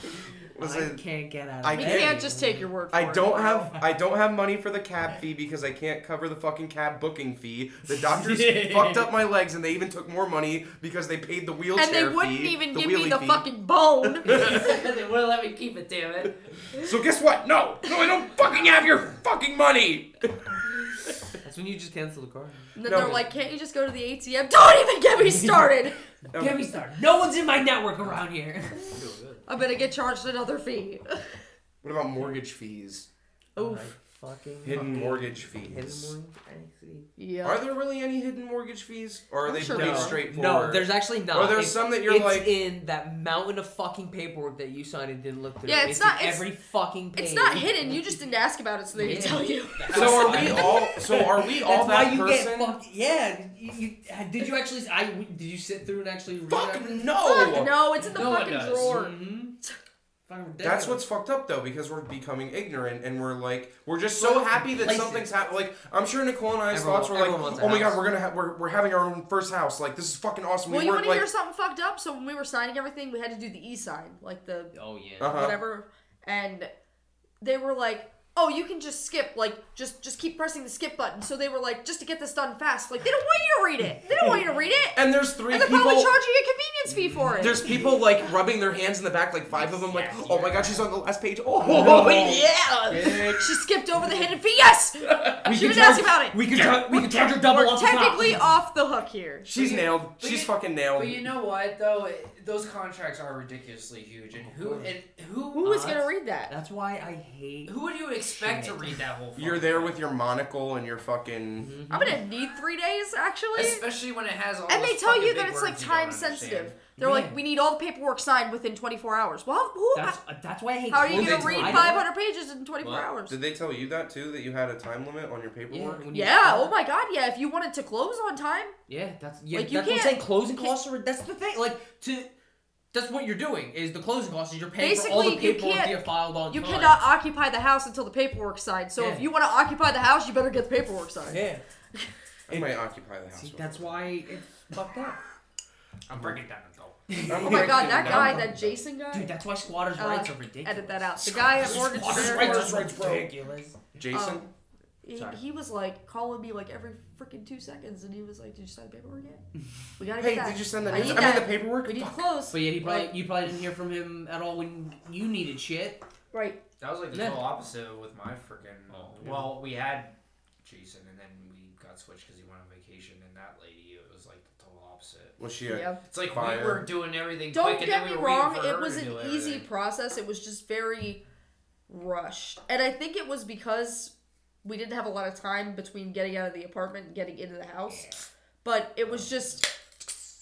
A: Was
D: I
A: it-
D: can't get out of
A: I
E: We
A: can't-
D: bed.
E: can't just take your word for it.
A: I don't have I don't have money for the cab fee because I can't cover the fucking cab booking fee. The doctors fucked up my legs and they even took more money because they paid the wheelchair
E: And they wouldn't
A: fee,
E: even
A: the
E: give me
A: wheelie
E: the
A: fee.
E: fucking bone.
C: they wouldn't let me keep it, damn it.
A: So guess what? No, no, I don't fucking have your fucking money.
D: That's when you just cancel the car.
E: And then
A: No.
E: they're like, can't you just go to the ATM? Don't even get me started.
D: Get me started. No one's in my network around here.
E: I'm gonna get charged another fee.
A: What about mortgage fees?
E: Oof.
D: I fucking
A: Hidden mortgage
D: hidden
A: fees.
D: one. I see.
E: Yeah.
A: Are there really any hidden mortgage fees, or are
E: I'm
A: they
E: sure
A: pretty
E: there are.
A: straightforward?
D: No, there's actually not.
A: Or there's
D: It's-
A: some that you're
D: it's
A: like-
D: in that mountain of fucking paperwork that you signed and didn't look through.
E: Yeah, it's
D: in
E: not- it's-
D: every fucking page.
E: It's not hidden. You just didn't ask about it, so they didn't
D: Yeah.
E: tell you.
A: So are we all? So are we
D: That's
A: all
D: why
A: that
D: you
A: person?
D: get fucked. Yeah, you, you, did you actually? I did you sit through and actually read
A: Fuck
D: everything?
A: no.
E: Fuck, no, it's in the
C: No one
E: fucking
C: does.
E: drawer.
D: Mhm. Fucking ridiculous.
A: That's what's fucked up though, because we're becoming ignorant and we're like, we're just so
D: Well,
A: happy that
D: places.
A: something's happening. Like, I'm sure Nicole and I's
D: Everyone-
A: thoughts were like,
D: everyone wants a
A: oh my god,
D: house."
A: we're gonna, ha- we're, we're having our own first house. Like, this is fucking awesome.
E: Well,
A: we
E: you
A: work
E: want to
A: like,
E: hear something fucked up? So when we were signing everything, we had to do the e sign, like the
D: Oh yeah.
A: Uh-huh.
E: whatever. And they were like, "Oh, you can just skip. Like, just just keep pressing the skip button." So they were like, "Just to get this done fast." Like, they don't want you to read it. They don't want you to read it.
A: and there's three
E: And they're probably
A: people.
E: charging you a convenience fee for it.
A: There's people like rubbing their hands in the back, like five of them, like,
D: Yes,
A: oh my god, she's on the last page. Oh,
E: yeah. she skipped over the hidden fee. Yes.
D: We
E: She
D: can
E: didn't ask
D: charge-
E: about it.
D: We can charge. We can charge her double
E: We're
D: off the top.
E: technically off the hook here.
A: she's
C: But you-
A: nailed.
C: but
A: She's
C: you-
A: fucking nailed.
C: But you know what though, those contracts are ridiculously huge, and who and who
E: Who is
D: Uh,
E: gonna read that?
D: That's why I hate.
C: who would you expect to
D: Shit.
C: read that whole?
A: You're
C: fucking
A: there
C: thing?
A: with your monocle and your fucking.
E: I'm gonna need three days actually.
C: especially when it has all.
E: And
C: those
E: they tell you
C: fucking
E: that
C: big
E: it's like
C: words you don't
E: time sensitive.
C: understand.
E: They're
D: Yeah.
E: like, we need all the paperwork signed within 24 hours. Well, who?
D: That's uh, that's why I hate.
E: how are you
A: Well,
E: gonna
A: they-
E: read
A: I don't-
E: 500 pages in 24
D: Well,
E: hours?
A: Did they tell you that too? That you had a time limit on your paperwork?
E: Yeah. Oh my God. Yeah. If you wanted to close on time,
D: Yeah, that's yeah.
E: Like, you
D: that's what I'm
E: can't-
D: saying. Closing costs are that's the thing. Like to that's what you're doing is the closing costs is you're paying for all the
E: Basically, you
D: paperwork that
E: can't-
D: you filed on
E: you
D: time.
E: cannot occupy the house until the paperwork's signed. So if
D: Yeah.
E: you want to occupy the house, you better get the paperwork signed.
D: Yeah.
A: I might occupy the house.
D: See,
A: with
D: that's
A: it.
D: why it's fucked up.
C: I'm breaking down the goal.
A: I'm
E: Oh my
A: here
E: God.
A: to
E: That
A: now.
E: guy, that Jason guy.
D: Dude, that's why squatters'
E: Uh,
D: rights are ridiculous.
E: edit that out. The guy at Morgan
D: Squatters'
E: Fair-
D: rights are
A: Rights, bro.
D: ridiculous.
A: Jason.
E: Um, He,
D: Sorry.
E: he was like calling me like every freaking two seconds, and he was like, "Did you sign the paperwork yet? We gotta
A: hey,
E: get that.
A: did you send that?
E: I
A: in? I
E: need
A: mean,
E: that.
A: the paperwork.
E: We need to
A: Fuck.
E: close."
D: But yet he probably
E: Like,
D: you probably didn't hear from him at all when you needed shit.
E: right.
C: That was like the
D: Yeah.
C: total opposite with my freaking. well, we had Jason, and then we got switched because he went on vacation, and that lady, it was like the total opposite.
A: Was she? A,
E: Yeah.
C: It's like
A: Fire.
C: we were doing everything
E: Don't
C: quick, and
E: get
C: then
E: me
C: we were
E: wrong,
C: waiting for
E: it
C: her
E: was
C: to
E: an
C: do
E: easy
C: everything.
E: process. It was just very rushed. And I think it was because we didn't have a lot of time between getting out of the apartment and getting into the house. But it was just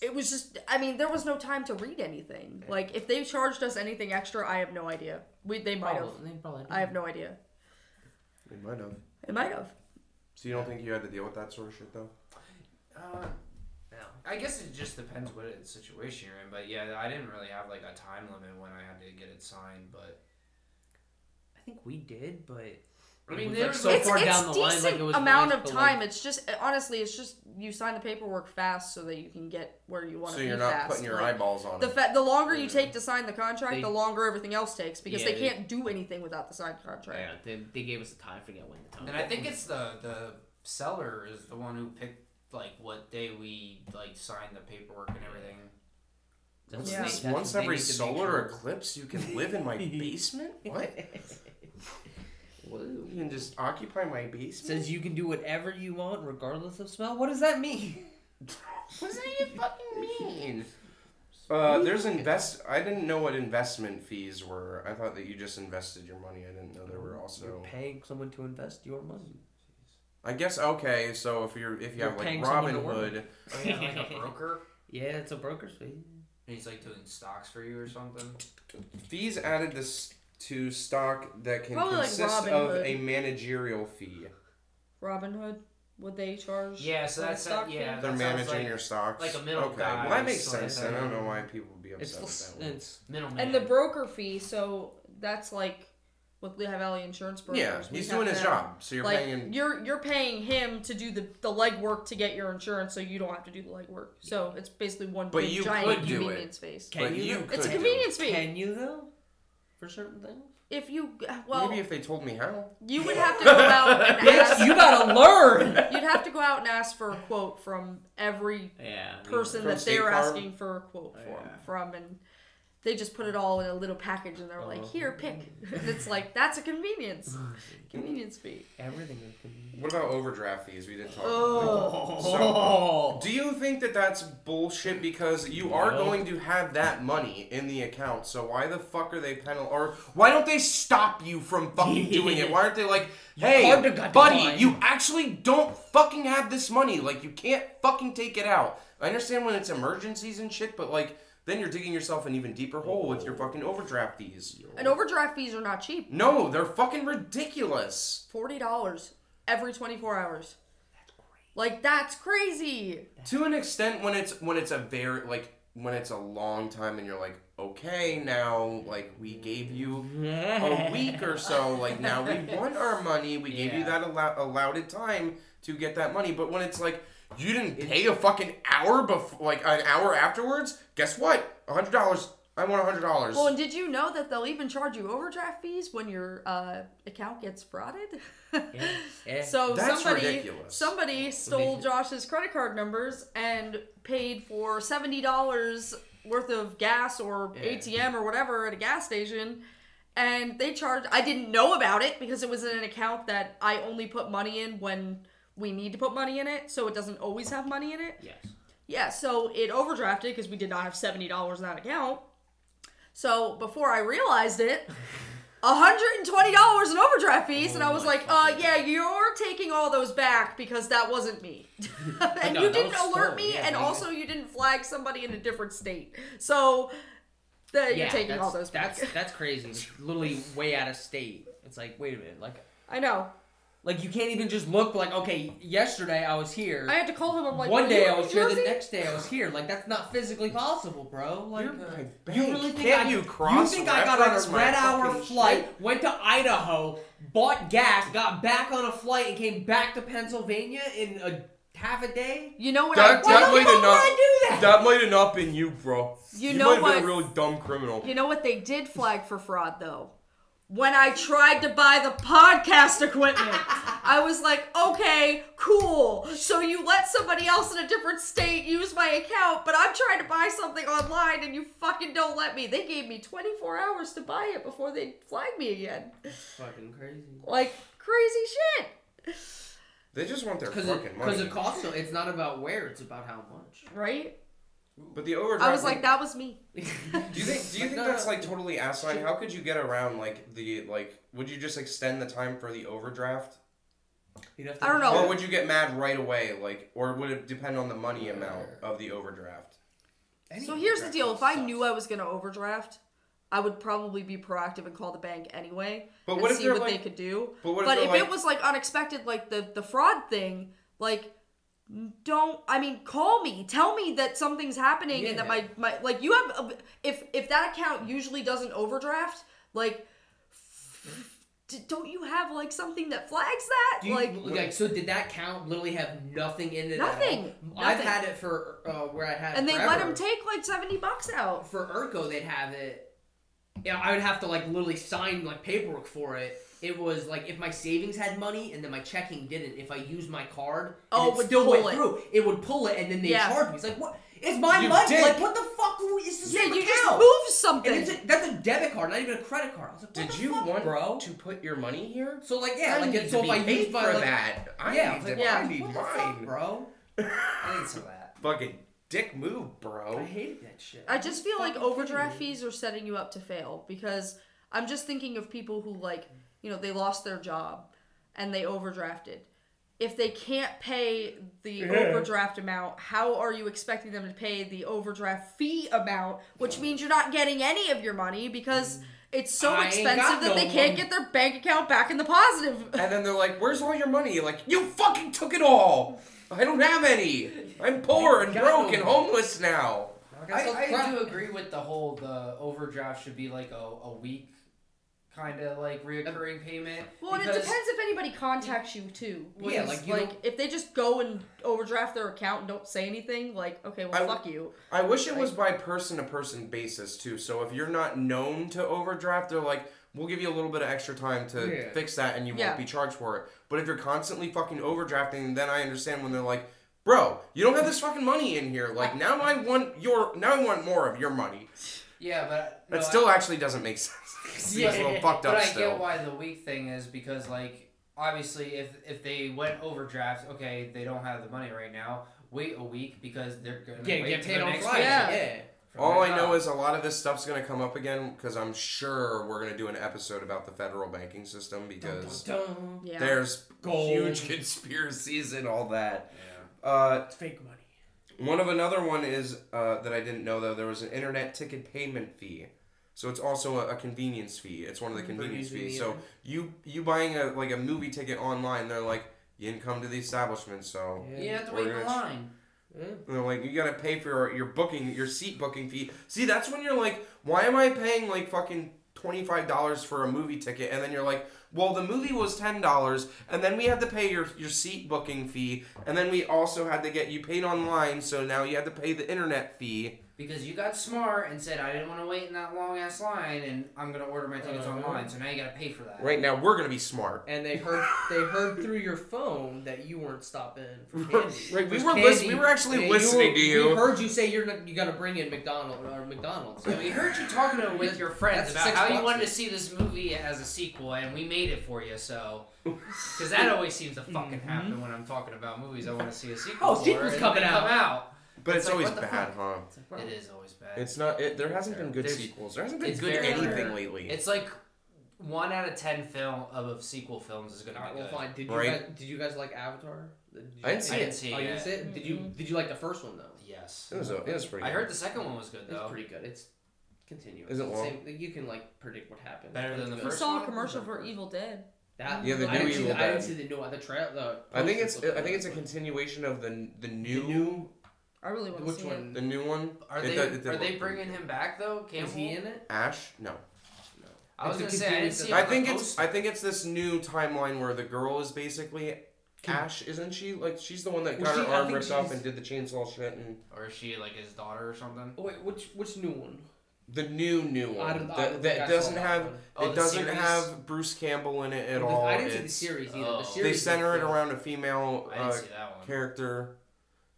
E: it was just I mean, there was no time to read anything. Like if they charged us anything extra, I have no idea. We they might have.
D: Probably, probably didn't.
E: I have no idea.
A: We might have.
E: They might have.
A: So you don't think you had to deal with that sort of shit though?
C: Uh,
D: No.
C: I guess it just depends what it- situation you're in, but yeah, I didn't really have like a time limit when I had to get it signed, but
D: I think we did, but
C: I
D: It
C: mean,
D: was,
C: there
D: like,
C: was
D: so
C: like-
E: it's
D: far
E: it's
D: down the line, like, it
E: decent
D: was
E: amount
D: nice,
E: of
D: but,
E: time.
D: like-
E: it's just honestly, it's just you sign the paperwork fast so that you can get where you want
A: So
E: to be
A: you're not
E: fast.
A: putting your
E: like,
A: eyeballs on
E: the
A: it.
E: fa- the longer you take to sign the contract,
D: They-
E: the longer everything else takes because
D: Yeah,
E: they
D: they-
E: can't do anything without the signed contract.
D: yeah, they, they gave us a time. I forget when the time.
C: and I think it's the the seller is the one who picked like what day we like signed the paperwork and everything.
D: That's
E: Yeah.
D: what
A: Once,
D: they- that's
A: once
D: what they
A: every
D: need to make
A: solar
D: sure.
A: eclipse, you can live in my basement. What? You
D: Whoa.
A: can just occupy my basement.
D: Says you can do whatever you want, regardless of smell. What does that mean?
A: What does that even fucking mean? Uh, there's invest. I didn't know what investment fees were. I thought that you just invested your money. I didn't know there were
D: You're
A: also.
D: paying someone to invest your money.
A: I guess okay. So if you're if you
D: You're
A: have
D: paying
A: like Robin
D: someone to work.
A: Hood,
C: Oh yeah, like a broker,
D: Yeah, it's a broker's fee.
C: and he's like doing stocks for you or something.
A: fees added this to stock that can
E: Probably like
A: consist
E: Robin
A: of
E: Hood.
A: a managerial fee.
E: Robin Hood, would they charge?
C: Yeah, so
E: for the
C: that's yeah.
E: stock fee?
A: They're
C: that sounds
A: managing
C: like
A: your stocks.
C: like a middle
A: okay.
C: guy
A: Well, that
C: or
A: makes
C: something.
A: sense. then. I don't know why people would be
D: It's
A: upset
D: less-
A: with that. one.
D: it's
C: middleman.
E: And the broker fee, so that's like with Lehigh Valley Insurance Brokers.
A: Yeah,
E: we
A: he's
E: have
A: doing his
E: them.
A: job. So you're
E: like
A: paying. him-
E: you're you're paying him to do the the legwork to get your insurance, so you don't have to do the legwork. So it's basically one
A: But
E: big
A: you
E: giant
A: could do it.
E: convenience fee.
A: But you
D: though?
A: could
E: It's a
A: do it.
E: convenience fee.
D: Can you though? For certain things.
E: If you well,
A: Maybe if they told me how.
E: you would have to go out and ask.
D: Bitch, you gotta learn.
E: You'd have to go out and ask for a quote from every
D: Yeah.
E: person
A: From
E: that
A: State
E: they're
A: Farm?
E: asking for a quote
D: Oh,
E: for,
D: yeah.
E: from, and they just put it all in a little package, and they're like,
D: Oh.
E: "Here, pick." And it's like that's a convenience, convenience fee.
D: Everything is convenient.
A: What about overdraft fees? We didn't talk. about
E: Oh,
D: Oh.
A: that. Do you think that that's bullshit? Because you are
D: No.
A: going to have that money in the account, so why the fuck are they penal? Or why don't they stop you from fucking doing it? Why aren't they like, hey,
D: card got
A: buddy,
D: declined."
A: you actually don't fucking have this money. Like, you can't fucking take it out. I understand when it's emergencies and shit, but like, then you're digging yourself an even deeper hole with
D: Oh.
A: your fucking overdraft fees.
E: and overdraft fees are not cheap.
A: No, they're fucking ridiculous.
E: Forty dollars every twenty four hours. Like that's crazy.
A: to an extent when it's when it's a very like when it's a long time and you're like okay now like we gave you a week or so like now we want our money we gave you
D: Yeah.
A: that allow- allotted time to get that money but when it's like you didn't pay a fucking hour before like an hour afterwards guess what a hundred dollars i want a hundred dollars
E: Well, and did you know that they'll even charge you overdraft fees when your uh, account gets frauded?
D: Yeah.
E: So
A: That's
E: somebody
A: ridiculous.
E: somebody stole
D: Ridiculous.
E: Josh's credit card numbers and paid for seventy dollars worth of gas or
D: Yeah.
E: ATM or whatever at a gas station, and they charged. I didn't know about it because it was in an account that I only put money in when we need to put money in it, so it doesn't always have money in it.
D: Yes.
E: Yeah, so it overdrafted because we did not have seventy dollars in that account. So before I realized it, hundred and twenty dollars in overdraft fees, and I was
D: Oh my
E: like, "Uh,
D: fucking
E: yeah, you're taking all those back because that wasn't me, and
D: no,
E: you
D: that
E: didn't
D: was
E: alert
D: stolen,
E: me,
D: yeah,
E: and
D: that-
E: also you didn't flag somebody in a different state, so that you're
D: Yeah,
E: taking
D: that's-
E: all those back."
D: That's that's crazy. It's literally way out of state. It's like, wait a minute, like
E: I know.
D: like you can't even just look like, okay, yesterday I was here.
E: I had to call him. I'm like,
D: One
E: "Are
D: day
E: you
D: I
E: in
D: was here, the
E: Jersey?"
D: next day I was here. Like that's not physically possible, bro. Like
A: You're
D: uh,
A: my
D: you
A: bank.
D: really think
A: Can't
D: I,
A: you cross
D: You think I got on
A: reference
D: a
A: my
D: red hour
A: fucking
D: flight, went to Idaho, bought gas, got back on a flight, and came back to Pennsylvania in a half a day?
E: You know what?
A: That-
E: I,
D: Why
A: that
D: the
A: way
D: fuck
A: to
D: would
A: not-
D: I do that?
A: that might have not been you bro
E: You know
A: might have been a
E: what?
A: really dumb criminal
E: You know what they did flag for fraud though? When I tried to buy the podcast equipment, I was like, okay, cool. So you let somebody else in a different state use my account, but I'm trying to buy something online and you fucking don't let me. They gave me 24 hours to buy it before they flagged me again.
D: Fucking crazy.
E: Like, crazy shit.
A: they just want their
D: Because
A: fucking money
D: it costs. So it's not about where; it's about how much.
E: Right?
A: but the overdraft
E: I was like, that was me.
A: Do you think? Do you
D: Like,
A: think
D: no,
A: that's
D: no.
A: like totally asinine? How could you get around like the like? Would you just extend the time for the overdraft,
D: You'd have
E: I don't know.
A: or would you get mad right away? Like, or would it depend on the money amount of the overdraft?
E: So here's the deal if I knew I was going to overdraft, I would probably be proactive and call the bank anyway.
A: But
E: and
A: what if
E: see
A: they're
E: what they
A: like-
E: could do.
A: But what if
E: But
A: they're
E: if
A: like?
E: it was like unexpected, like the the fraud thing, like don't i mean call me tell me that something's happening and that my,
D: Yeah.
E: my like you have a, if if that account usually doesn't overdraft like d- don't you have like something that flags that
D: Do you,
E: like
D: like, so did that count literally have nothing in it? at all?
E: Nothing,
D: I've
E: nothing.
D: had it for uh, where I had.
E: and they let
D: forever.
E: him take like 70 bucks out
D: for Urco, they'd have it. Yeah, I would have to like literally sign like paperwork for it. It was like if my savings had money and then my checking didn't. If I used my card, and
E: Oh, it
D: it
E: would
D: still
E: pull
D: went
E: it.
D: through. It would pull it, and then they
E: Yeah.
D: charge me. It's like what? It's my
A: You
D: money.
A: dick.
D: Like what the fuck is this?
E: yeah you
D: account?
E: just move something
D: And it's a, that's a debit card, not even a credit card. I was like, what
A: Did
D: the
A: you
D: fuck,
A: want
D: bro?
A: to put your money here?
D: So like yeah,
A: I
D: like
A: need
D: it- so
A: to
D: if I
A: be
D: used
A: paid
D: my
A: for
D: like,
A: that. I
D: yeah, I
A: need
D: was like,
A: to,
E: yeah,
A: I need
D: what the
A: mine.
D: fuck, bro?
C: I need some of that.
A: Fucking dick move,
D: I
A: bro.
D: hated that shit.
E: I just feel like
D: Fucking kidding
E: overdraft
D: me.
E: fees are setting you up to fail because I'm just thinking of people who like, you know, they lost their job and they overdrafted. If they can't pay the overdraft amount, how are you expecting them to pay the overdraft fee amount, which means you're not getting any of your money because it's so
D: I ain't
E: expensive
D: got
E: that
D: no
E: they can't
D: money.
E: get their bank account back in the positive.
A: And then they're like, "Where's all your money?" Like, you fucking took it all. I don't have any. I'm poor and
D: Got
A: broke
D: no
A: and
D: money."
A: homeless now.
C: I,
D: That's
C: I
D: crap.
C: do agree with the whole the overdraft should be like a, a week kind of like reoccurring payment.
E: Well, and it
C: because-
E: depends if anybody contacts you too.
D: Yeah,
E: because,
D: like, you
E: like if they just go and overdraft their account and don't say anything, like okay, well
A: I-
E: fuck you.
A: I wish it was by person to person basis too. So if you're not known to overdraft, they're like, "We'll give you a little bit of extra time to
D: Yeah.
A: fix that, and you
E: Yeah.
A: won't be charged for it." But if you're constantly fucking overdrafting, then I understand when they're like, "Bro, you don't have this fucking money in here. Like now I want your now I want more of your money."
C: Yeah, but
A: That
C: no,
A: still
C: I,
A: actually doesn't make sense. It
C: yeah,
A: Seems a little fucked up
C: but I
A: still.
C: get why the week thing is because like obviously if if they went overdraft, okay, they don't have the money right now. Wait a week because they're gonna
D: Yeah,
C: wait
D: get
C: till
D: paid
C: the
D: on
C: next
D: Friday.
E: Yeah.
C: paycheck
D: yeah.
C: for
A: All
C: their
A: I know
C: job.
A: is a lot of this stuff's gonna come up again because I'm sure we're gonna do an episode about the federal banking system because
D: Dun-dun-dun.
E: Yeah.
A: there's
D: Gold.
A: huge conspiracies and all that.
C: Yeah.
A: Uh,
D: It's fake money.
A: One of another one is uh, that I didn't know though. There was an internet ticket payment fee, so it's also a, a convenience fee. It's one of the convenience
D: using
A: fees.
D: the
A: So you you buying a like a movie ticket online, they're like you didn't come to the establishment, so
C: You have to
A: We're
C: wait in
A: gonna-
C: line.
A: and they're like you gotta pay for your, your booking your seat booking fee. See, that's when you're like, why am I paying like fucking twenty five dollars for a movie ticket? And then you're like, well, the movie was ten dollars, and then we had to pay your your seat booking fee, and then we also had to get you paid online, so now you had to pay the internet fee.
C: Because you got smart and said, I didn't want to wait in that long ass line and I'm going to order my tickets
D: Uh-huh.
C: online. So now you got to pay for that.
A: Right now, we're gonna be smart.
D: and they heard they heard through your phone that you weren't stopping for candy.
A: Right, we
D: There's
A: were
D: candy,
A: lis- we were actually
D: and
A: listening
D: were-
A: to you.
D: We heard you say you're not, you got to bring in McDonald's or McDonald's.
C: So we heard you talking to with your friends
D: That's
C: about
D: six
C: how you
D: bucks.
C: wanted to see this movie as a sequel and we made it for you. So, because that always seems to fucking happen when I'm talking about movies I want to see a sequel.
D: Mm-hmm. Oh,
C: for,
D: sequel's
C: and
D: coming
C: they
D: out.
C: Come out.
A: But it's,
C: It's like,
A: always
C: what the
A: bad, huh?
C: It is always bad. It's,
A: It's not. It, there hasn't been good
C: There's-
A: sequels. There hasn't been
C: it's
A: good
C: very
A: anything
C: rare.
A: lately.
C: like one out of ten film of, of sequel films is going to
D: All
C: be
D: right,
C: good.
D: well, fine. Did you
A: Right.
D: guys, did you guys like Avatar? Did you-
A: I didn't see
C: I
A: it.
C: didn't see
D: Oh,
C: it.
D: you didn't see it? Did you did you like the first one though?
C: Yes.
A: It was. A, it was pretty.
C: I
A: good.
C: heard the second one was good
D: It's
C: though.
D: pretty good. It's continuous.
A: Is it long?
D: Same, you can like predict what happened.
C: Better than
D: It's
C: the
E: I
D: good.
C: first
E: saw a
C: one?
E: commercial for Evil Dead.
D: That,
A: Yeah, the new
D: I didn't see
A: Evil
D: the- I
A: Dead.
D: didn't see the new one. The trail. The
A: I think it's.
D: posters look
A: I think
D: good,
A: it's a
D: but-
A: continuation of the the new the new,
D: new-
E: I really want to
D: Which
E: see it.
D: one?
A: one.
C: Are
A: It
C: they,
A: did- it did
C: are
A: look
C: they
A: pretty
C: bringing
A: good.
C: him back though? Campbell?
D: Is he in it?
A: Ash? No.
C: I was
D: It's a
C: gonna say I didn't
D: continuous-
C: see.
D: Yeah,
C: it
A: I
C: on
A: think
C: the
A: it's.
C: poster.
A: I think it's this new timeline where the girl is basically. Ash, isn't she? Like, she's the one that
D: Well,
A: got
D: she-
A: her
D: I
A: arm
D: think
A: ripped off
D: she's-
A: and did the chainsaw shit, and
C: or is she like his daughter or something?
D: Oh, wait, which which new one?
A: the new new one
D: I don't-
A: that,
D: I don't think
A: that
D: I saw
A: doesn't
D: that
A: have
D: one.
C: Oh,
A: it
C: the
A: doesn't
C: series?
A: have Bruce Campbell in it at
D: The-
A: all.
D: I didn't see the
A: It's-
D: series either. The
C: oh. They
D: series
A: they
D: was
A: center it
D: good.
A: around a female
C: I didn't
A: uh,
C: see that one.
A: character.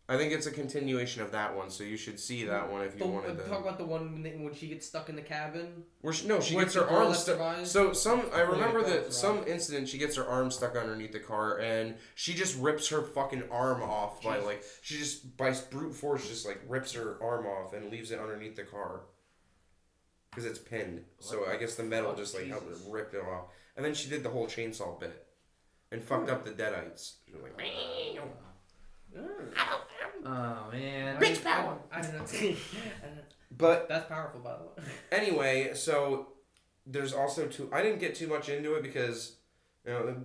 A: I think it's a continuation of that one, so you should see that one if you
D: The-
A: wanted
D: Talk
A: to.
D: about the one when, they, when she gets stuck in the cabin.
A: Where she, no, she
D: where
A: gets
D: the
A: her
D: girl
A: arm
D: that
A: stuck.
D: survives?
A: So some, I
D: the
A: remember
D: girl
A: that
D: survives.
A: some incident. She gets her arm stuck underneath the car, and she just rips her fucking arm off by like she just by brute force just like rips her arm off and leaves it underneath the car because it's pinned. So
C: What
A: I
C: the
A: guess the metal
C: fuck,
A: just like helped her
C: Jesus.
A: rip it off, and then she did the whole chainsaw bit and fucked up the deadites. She was like,
D: Ah,
C: Oh man.
D: Bitch power. I don't know. I don't know.
A: but
D: That's powerful, by the way.
A: anyway, so there's also two. I didn't get too much into it because You know,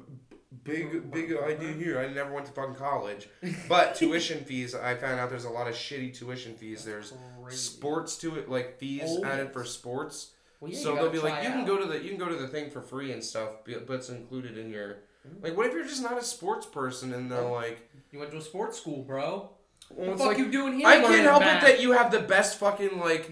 A: b- big big idea here. I never went to fucking college, but tuition fees. I found out there's a lot of shitty tuition fees. There's sports to it, like fees
D: Oh,
A: added
D: yes.
A: for sports.
D: Well, yeah,
A: so
D: you
A: they'll
D: gotta
A: be like,
D: try
A: you can
D: out.
A: go to the you can go to the thing for free and stuff, b- but it's included in your.
D: Hmm.
A: Like, what if you're just not a sports person and they're like,
D: You went to a sports school, bro.
A: well,
D: What
A: it's
D: the fuck
A: like-
D: you doing here?
A: I can't
D: learning
A: help
D: math?
A: it that you have the best fucking like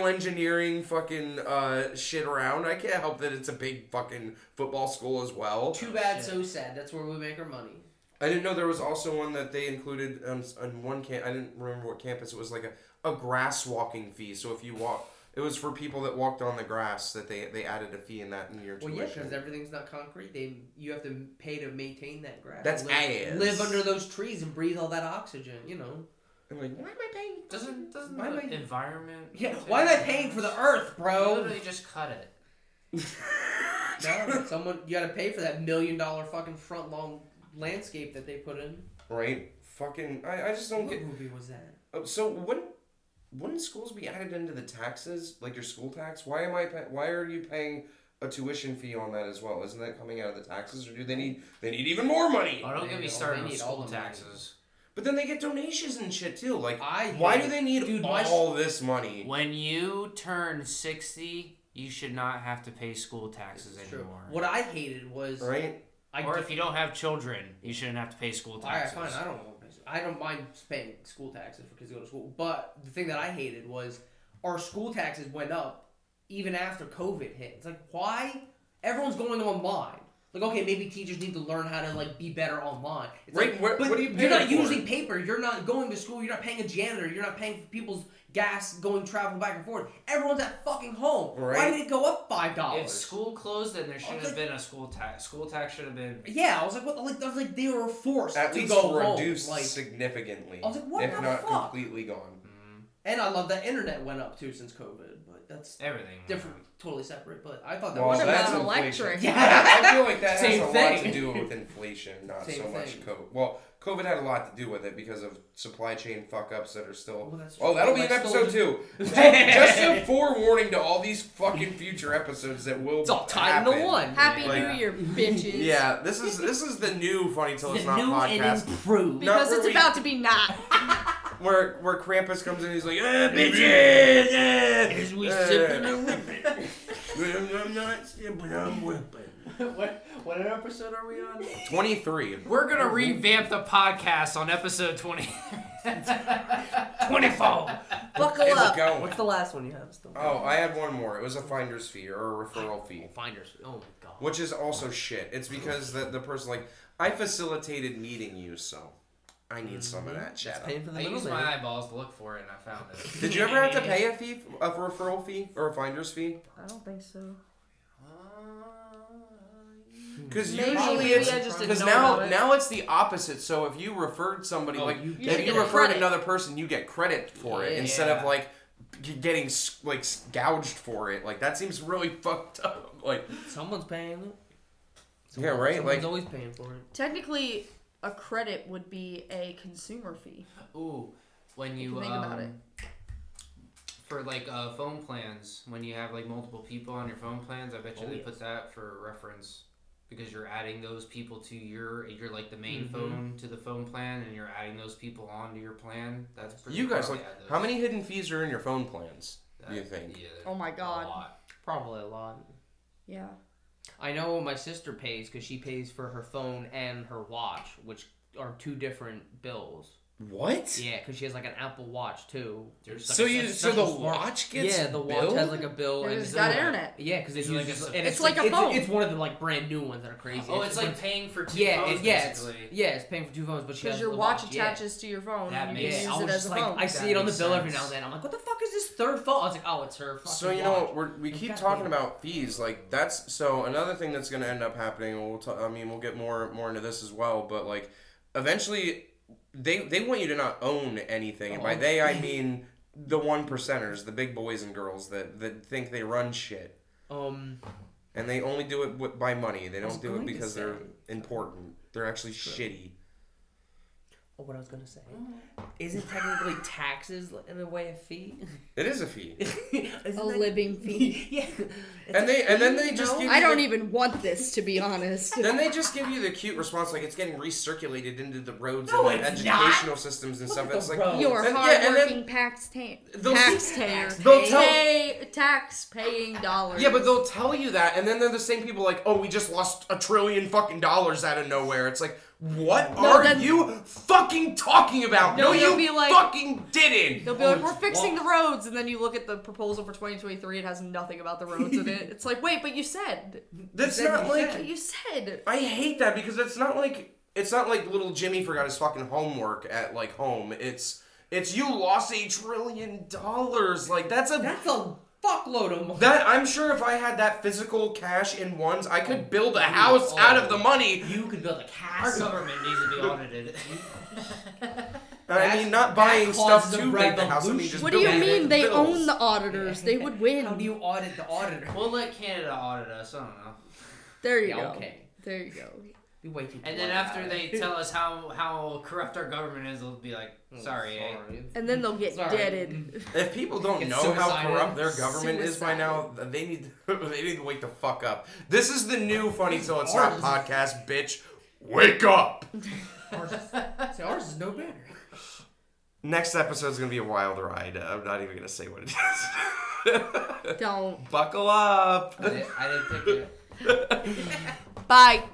A: bioengineering fucking uh, shit around. I can't help that it's a big fucking football school as well.
D: Too bad, so sad. That's where we make our money.
A: I didn't know there was also one that they included on, on one camp. I didn't remember what campus it was. Like a, a grass walking fee. So if you walk, it was for people that walked on the grass that they they added a fee in that in your
D: Well,
A: tuition.
D: yeah, because everything's not concrete. They you have to pay to maintain that grass.
A: That's
D: live,
A: ass.
D: live under those trees and breathe all that oxygen. You know.
A: I'm like, why am I paying?
C: Doesn't doesn't
D: Why am
C: the environment?
D: Yeah. Why am I paying for the earth,
C: You
D: bro?
C: literally just cut it.
D: no, someone you got to pay for that million dollar fucking front lawn landscape that they put in.
A: Right? Fucking. I, I just don't
D: What
A: get.
D: movie was that?
A: Oh, So wouldn't wouldn't schools be added into the taxes, like your school tax? Why am I? Pay, why are you paying a tuition fee on that as well? Isn't that coming out of the taxes, or do they need they need even more money?
C: Oh, don't get
D: They
C: me
D: need-
C: started
D: they
C: on
D: need all
C: school
D: the money.
C: taxes.
A: But then they get donations and shit too. Like,
D: I
A: why
D: hate-
A: do they need
D: dude, why sh-
A: all this money?
C: When you turn sixty, you should not have to pay school taxes
D: It's true.
C: anymore.
D: What I hated was
A: Right?
D: I
C: or if you don't have children, you shouldn't have to pay school
D: All right,
C: taxes.
D: fine. I don't. I don't mind paying school taxes for kids to go to school. But the thing that I hated was our school taxes went up even after COVID hit. It's like why everyone's going online. Like okay, maybe teachers need to learn how to like be better online. It's
A: Right,
D: Like,
A: what-
D: but
A: what are you
D: are
A: paying
D: not
A: for?
D: using paper. You're not going to school. You're not paying a janitor. You're not paying for people's gas going travel back and forth. Everyone's at fucking home. Why
A: Right.
D: did it go up five dollars?
C: If school closed, then there should
D: Okay.
C: have been a school tax. School tax should have been.
D: yeah, I was like, what? Like, I was like, they were forced
A: At
D: to
A: least
D: go home.
A: reduced
D: Like,
A: significantly,
D: I was like, what
A: if
D: the
A: not
D: fuck?
A: completely gone.
D: And I love that internet went up too since COVID, but that's
C: Everything.
D: different, totally separate. But I thought that
A: Well,
D: was
E: What
A: that's
E: about
A: inflation.
E: electric?
A: I feel like that has
D: Same
A: a lot to
D: thing.
A: do with inflation, not
D: Same
A: so much
D: thing.
A: COVID. Well, COVID had a lot to do with it because of supply chain fuck ups that are still.
D: Well, that's
A: oh,
D: true.
A: that'll be an
D: Like, still
A: episode too. Just a forewarning to all these fucking future episodes that will.
D: it's all tied into
A: happen.
D: one.
E: Happy
A: Like-
E: New Year, bitches.
A: Yeah, this is this is the new funny till
D: The
A: it's not
D: new
A: podcast
D: and improved.
A: No.
E: Because
A: where
E: it's
A: we-
E: about to be not.
A: where where Krampus comes in. He's like, ah, bitches, ah,
B: As we
A: ah.
B: sip and a whipping.
A: I'm not sipping, I'm whipping.
B: what, what episode are we on?
A: Twenty three.
C: We're gonna revamp the podcast on episode twenty.
D: 24.
E: Buckle
A: It's
E: up.
A: going.
D: What's the last one you have still?
A: Oh, I had one more. It was a finder's fee or a referral fee,
D: Finders. Oh my god.
A: which is also shit. It's because the, the person, like, I facilitated meeting you, so I need some of
E: Mm-hmm.
A: that shit.
D: Paying for the
C: I
D: middle
C: used
D: man.
C: my eyeballs to look for it, and I found it.
A: Did you ever have to pay a fee, a referral fee or a finder's fee?
E: I don't think so.
A: Because
E: Maybe-
A: usually
E: maybe
A: it's
E: I just didn't
A: because
E: know
A: now
E: about it. Oh,
A: now it's the opposite. So if you referred somebody, like
E: You should
A: if
E: get
A: you referred
E: credit.
A: another person, you get credit for it instead of
C: Yeah.
A: like g- getting s- like s- gouged for it. Like that seems really fucked up. Like
D: Someone's paying it.
A: yeah, right.
D: Someone's
A: Like
D: always paying for it.
E: Technically, a credit would be a consumer fee.
C: Ooh, when
E: If
C: you
E: you think about
C: um,
E: it.
C: for like uh, phone plans, when you have like multiple people on your phone plans, I
D: Oh,
C: bet you they put that for reference because you're adding those people to your you're like the
D: Mm-hmm.
C: main phone to the phone plan, and you're adding those people onto your plan. That's pretty
A: you guys,
C: probably
A: like
C: add those.
A: how many hidden fees are in your phone plans?
C: That-
A: Do you think?
C: yeah,
E: Oh my
C: a
E: God.
C: lot.
D: Probably a lot.
E: Yeah.
D: I know what my sister pays because she pays for her phone and her watch, which are two different bills.
A: What?
D: Yeah, because she has like an Apple Watch too. There's, like,
A: So
D: a
A: you
D: se-
A: so the
D: special smart-
A: watch gets
D: yeah, the watch
A: billed?
D: has like a bill.
E: Because
D: and
E: it's
D: it's
E: got
D: in there.
E: internet.
D: Yeah, because it
C: It's like
D: uses
C: a-
D: and
E: It's like a phone.
D: It's, one of the like brand new ones that are crazy.
C: Oh, it's like
D: but-
C: paying for two
D: yeah,
C: phones,
D: it, yeah, it's,
C: basically.
D: yeah, it's paying for two phones, but she
E: Because
D: has
E: your
D: the
E: watch
D: yeah.
E: attaches to your phone
C: That
E: and you
D: Yeah,
E: can
C: makes-
E: use
D: I was
E: it as
D: just
E: a
D: like,
E: phone.
D: I
C: That
D: see it on the
C: makes
D: bill every now
C: sense.
D: and then. I'm like, what the fuck is this third phone? I was like, oh, it's her. Fucking
A: So you
D: watch.
A: know we're, we keep
D: Goddamn.
A: talking about fees like that's so another thing that's going to end up happening and we'll t- I mean we'll get more more into this as well but like eventually they they want you to not own anything and by
D: Oh.
A: they I mean the one percenters the big boys and girls that that think they run shit
D: Um,
A: and they only do it wi- by money they
D: was
A: don't do
D: going
A: it
D: to
A: because
D: say.
A: they're important they're actually shitty
D: Oh, what I was gonna say. Is it technically taxes in the way of fee?
A: It is a fee.
D: Isn't
E: A
D: that-
E: living fee.
D: yeah.
A: and they and then they just give
E: I
A: you
E: don't
A: the-
E: even want this, to be honest.
A: then they just give you the cute response like it's getting recirculated into the roads
D: No,
A: and the
D: it's not.
A: educational systems and
D: Look
A: stuff.
D: at the
A: It's like
D: roads.
E: Your
A: and- yeah, and then-
E: hardworking tax ta-
A: They'll-
E: taxpayer.
A: They'll tell-
E: pay tax-paying dollars.
A: Yeah, but they'll tell you that, and then they're the same people like, oh, we just lost a trillion fucking dollars out of nowhere. It's like, what
E: No,
A: are
E: then-
A: you fucking talking about?
E: No,
A: No,
E: they'll
A: you
E: be like-
A: fucking didn't.
E: They'll be like, "We're fixing the roads," and then you look at the proposal for 2023; it has nothing about the roads in it. It's like, wait, but you said,
A: That's not like.
E: but you said.
A: I hate that because it's not like it's not like little Jimmy forgot his fucking homework at like home. It's it's you lost a trillion dollars. Like that's a
D: That's a fuckload of money.
A: That I'm sure if I had that physical cash in ones, I could build a house
D: oh.
A: out of the money.
D: You could build a
C: Our
D: castle.
C: government needs to be audited.
A: I mean, not
D: that
A: buying stuff
D: caused
A: to
D: the
A: make the house. I mean,
D: revolution.
A: just
E: What do you
A: building
E: mean they
A: bills.
E: own the auditors? They would
D: How do
E: win.
D: you audit the auditor?
C: we'll let Canada audit us. I don't know.
E: There you
D: Yeah,
E: go.
D: okay.
E: There you go.
D: Be way too
C: And then
D: polite
C: after
D: about
C: they
D: it.
C: tell us how how corrupt our government is, they'll be like,
D: Oh,
C: sorry. eh?
E: And then they'll get
D: Sorry.
E: deaded.
A: If people don't
D: It's
A: know how
D: suicidal.
A: corrupt their government is by now,
E: Suicidal.
A: they need they need to wake the fuck up. This is the new funny till it's not podcast, bitch. Wake up.
D: Ours
C: eh?
D: is, see, ours is no better.
A: Next episode is gonna be a wild ride. I'm not even gonna say what it is.
E: Don't.
A: Buckle up.
C: I didn't pick it.
E: Bye.